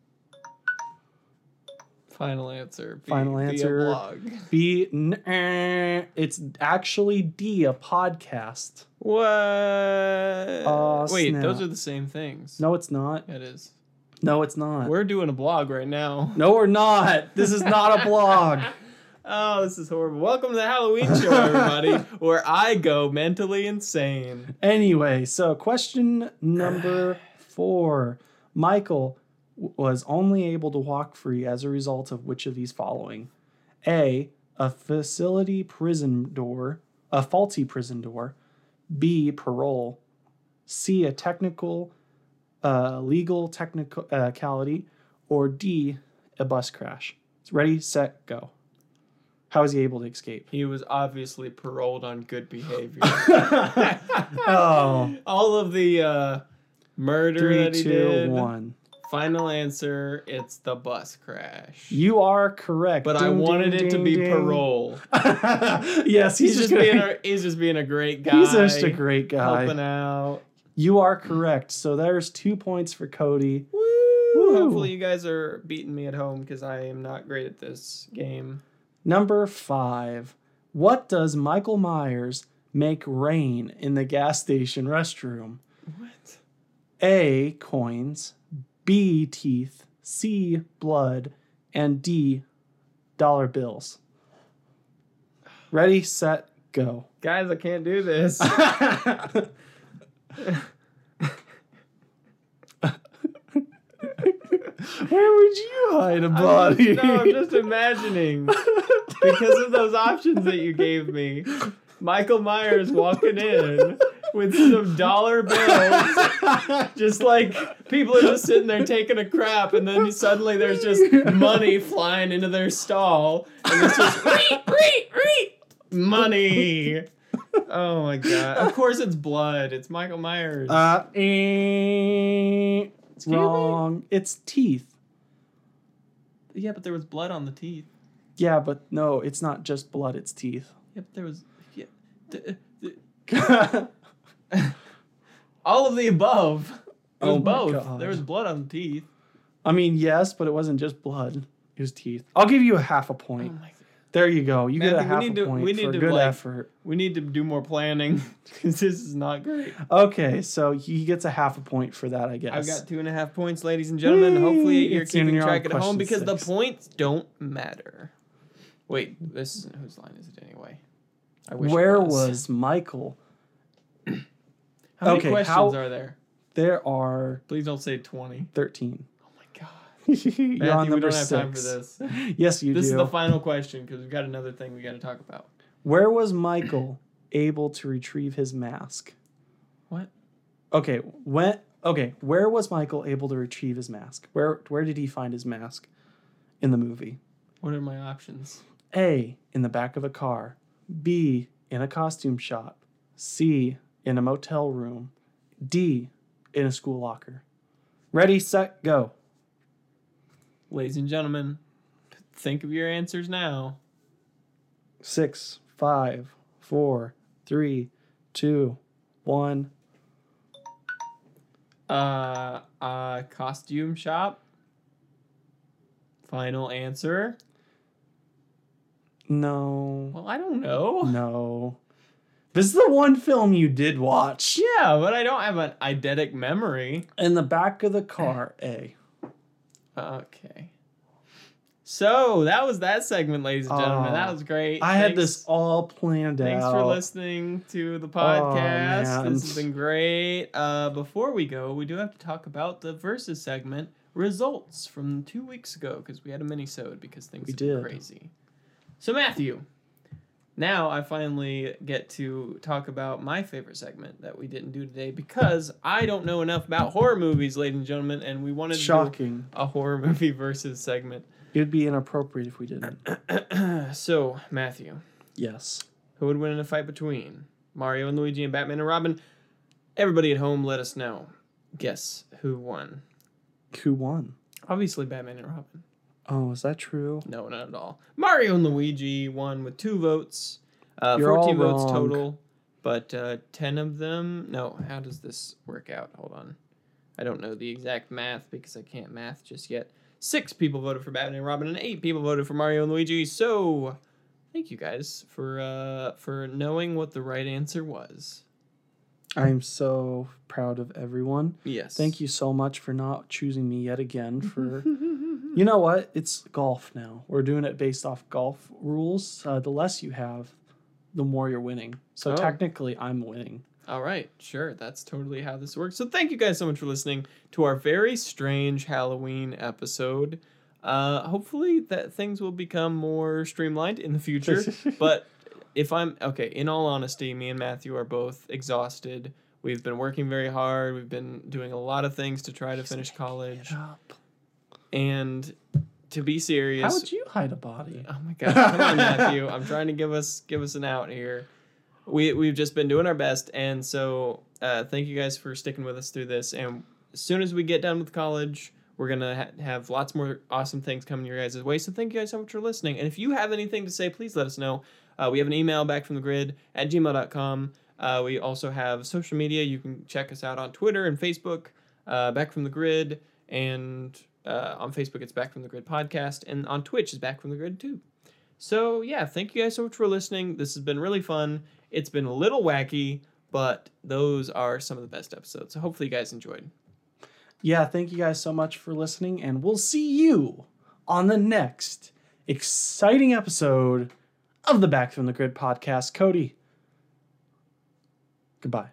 Speaker 1: Final answer. Be-
Speaker 2: Final
Speaker 1: be a
Speaker 2: answer.
Speaker 1: blog.
Speaker 2: B. N- eh, it's actually D, a podcast.
Speaker 1: What?
Speaker 2: Aw,
Speaker 1: Wait, those
Speaker 2: snap.
Speaker 1: are the same things.
Speaker 2: No, it's not.
Speaker 1: It is.
Speaker 2: No, it's not.
Speaker 1: We're doing a blog right now.
Speaker 2: No, we're not. This is not a blog.
Speaker 1: Oh, this is horrible. Welcome to the Halloween show,
Speaker 2: (laughs)
Speaker 1: everybody, where I go mentally insane.
Speaker 2: Anyway, so question number four Michael w- was only able to walk free as a result of which of these following A, a facility prison door, a faulty prison door, B, parole, C, a technical, uh, legal technicality, or D, a bus crash. It's ready, set, go. How is he able to escape?
Speaker 1: He was obviously paroled on good
Speaker 2: (laughs)
Speaker 1: behavior.
Speaker 2: Oh.
Speaker 1: All of the uh, murder
Speaker 2: Three,
Speaker 1: that he
Speaker 2: two,
Speaker 1: did.
Speaker 2: one.
Speaker 1: Final answer: It's the bus crash.
Speaker 2: You are correct.
Speaker 1: but I
Speaker 2: Ding,
Speaker 1: wanted
Speaker 2: ding,
Speaker 1: it to
Speaker 2: ding,
Speaker 1: be
Speaker 2: ding.
Speaker 1: parole.
Speaker 2: (laughs) yes, he's,
Speaker 1: He's, just
Speaker 2: just, gonna
Speaker 1: being
Speaker 2: be-
Speaker 1: a, he's just being a great guy.
Speaker 2: (laughs) he's just a great guy.
Speaker 1: helping out.
Speaker 2: You are correct. So there's two points for Cody.
Speaker 1: Woo!
Speaker 2: Woo.
Speaker 1: Hopefully you guys are beating me at home because I am not great at this game.
Speaker 2: Number five. What does Michael Myers make rain in the gas station restroom?
Speaker 1: What?
Speaker 2: A coins, B teeth, C blood, and D dollar bills. Ready, set, go.
Speaker 1: Guys, I can't do
Speaker 2: (laughs)
Speaker 1: this.
Speaker 2: Where would you hide a
Speaker 1: I'm
Speaker 2: body?
Speaker 1: just, no, I'm just imagining because of those options that you gave me. Michael Myers walking in with some dollar bills. Just like people are just sitting there taking a crap, and then suddenly there's just money flying into their stall, and it's just reet, reet, reet, money. Oh my god! Of course it's blood. It's Michael Myers.
Speaker 2: uh, eh,
Speaker 1: me?
Speaker 2: wrong. It's teeth.
Speaker 1: yeah, but there was blood on the teeth.
Speaker 2: Yeah, but no, it's not just blood, it's teeth. (laughs)
Speaker 1: Yeah, but there was. Yeah, th- th-
Speaker 2: oh
Speaker 1: all of the above. It was
Speaker 2: Oh my
Speaker 1: both.
Speaker 2: God.
Speaker 1: There was blood on the teeth.
Speaker 2: I mean, yes, but it wasn't just blood. It was teeth. I'll give you a half a
Speaker 1: Oh
Speaker 2: point.
Speaker 1: my God.
Speaker 2: There you go. You get a
Speaker 1: Matthew, we
Speaker 2: half
Speaker 1: need
Speaker 2: a
Speaker 1: to-
Speaker 2: point
Speaker 1: we need
Speaker 2: for
Speaker 1: to,
Speaker 2: good
Speaker 1: like-
Speaker 2: effort.
Speaker 1: We need to do more planning (laughs) because this is not great.
Speaker 2: Okay, so he gets a half a point for that, I guess.
Speaker 1: I've got two and a half points, ladies and gentlemen. Hopefully you're
Speaker 2: It's in
Speaker 1: keeping
Speaker 2: your
Speaker 1: track
Speaker 2: own
Speaker 1: at home
Speaker 2: question
Speaker 1: because the
Speaker 2: six.
Speaker 1: points don't matter. Wait, this isn't whose line is it anyway? I wish it
Speaker 2: Where was. Michael?
Speaker 1: (clears throat) how many
Speaker 2: okay,
Speaker 1: questions
Speaker 2: how-
Speaker 1: are there?
Speaker 2: There are
Speaker 1: Please don't say twenty.
Speaker 2: 13.
Speaker 1: Oh my god,
Speaker 2: (laughs) You're
Speaker 1: Matthew,
Speaker 2: on
Speaker 1: we
Speaker 2: number
Speaker 1: don't have time for
Speaker 2: six.
Speaker 1: this.
Speaker 2: Yes, you
Speaker 1: This
Speaker 2: do.
Speaker 1: is the final question because we've got another thing we got to talk about.
Speaker 2: Where was Michael able to retrieve his mask?
Speaker 1: What?
Speaker 2: Okay, when okay, where was Michael able to retrieve his mask? Where where did he find his mask in the movie?
Speaker 1: What are my options?
Speaker 2: A in the back of a car, B in a costume shop, C in a motel room, D in a school locker. Ready, set, go.
Speaker 1: Ladies and gentlemen, think of your answers now.
Speaker 2: Six, five, four, three, two, one.
Speaker 1: Uh, uh, costume shop. Final answer.
Speaker 2: No,
Speaker 1: Well, I don't know.
Speaker 2: no. This is the one film you did watch.
Speaker 1: Yeah, but I don't have an eidetic memory.
Speaker 2: In the back of the car, A.
Speaker 1: Okay. So that was that segment, ladies and gentlemen. that
Speaker 2: Aw.
Speaker 1: was great.
Speaker 2: I had
Speaker 1: Thanks-
Speaker 2: this all planned
Speaker 1: Thanks
Speaker 2: out.
Speaker 1: for listening to the podcast.
Speaker 2: Oh, man.
Speaker 1: this has been great. Uh, before we go, we do have to talk about the versus segment results from two weeks ago because we had a mini-sode because things
Speaker 2: We
Speaker 1: have been
Speaker 2: did.
Speaker 1: crazy. So Matthew, now I finally get to talk about my favorite segment that we didn't do today because I don't know enough about horror movies, ladies and gentlemen, and we wanted to do
Speaker 2: Shocking.
Speaker 1: a horror movie (laughs) versus segment. (clears throat)
Speaker 2: It'd be inappropriate if we didn't.
Speaker 1: so Matthew,
Speaker 2: Yes.
Speaker 1: Who would win in a fight between Mario and Luigi and Batman and Robin? Everybody at home, let us know. Guess who won?
Speaker 2: Who won?
Speaker 1: Obviously, Batman and Robin.
Speaker 2: Oh, is that true?
Speaker 1: No, not at all. Mario and Luigi won with two votes, uh,
Speaker 2: You're all
Speaker 1: 14 votes
Speaker 2: wrong.
Speaker 1: total, but uh, 10 of them. No, how does this work out? Hold on. I don't know the exact math because I can't math just yet. Six people voted for Batman and Robin, and eight people voted for Mario and Luigi. So, thank you guys for uh, for knowing what the right answer was.
Speaker 2: I'm so proud of everyone.
Speaker 1: Yes.
Speaker 2: Thank you so much for not choosing me yet again for You know what? It's golf now. We're doing it based off golf rules. Uh, the less you have, the more you're winning. So
Speaker 1: Oh.
Speaker 2: technically I'm winning.
Speaker 1: (laughs) All right, sure. That's totally how this works. So thank you guys so much for listening to our very strange Halloween episode. Uh, hopefully that things will become more streamlined in the
Speaker 2: (laughs)
Speaker 1: future. but if I'm okay, in all honesty, me and Matthew are both exhausted. We've been working very hard. We've been doing a lot of things to try to finish college. And to be serious,
Speaker 2: How would you hide a body?
Speaker 1: Oh my god! Come on, Matthew. I'm trying to give us give us an out here. We we've just been doing our best, and so uh, thank you guys for sticking with us through this. And as soon as we get done with college, we're gonna ha- have lots more awesome things coming your guys' way. So thank you guys so much for listening. And if you have anything to say, please let us know. Uh, we have an email back from the grid at gmail.com. Uh, we also have social media. You can check us out on Twitter and Facebook, uh, back from the grid. And uh, on Facebook, it's back from the grid podcast. And on Twitch is back from the grid too. So yeah, thank you guys so much for listening. This has been really fun. It's been a little wacky, but those are some of the best episodes. So hopefully you guys enjoyed.
Speaker 2: Yeah, thank you guys so much for listening, and we'll see you on the next exciting episode of the Back from the Grid podcast. Cody, goodbye.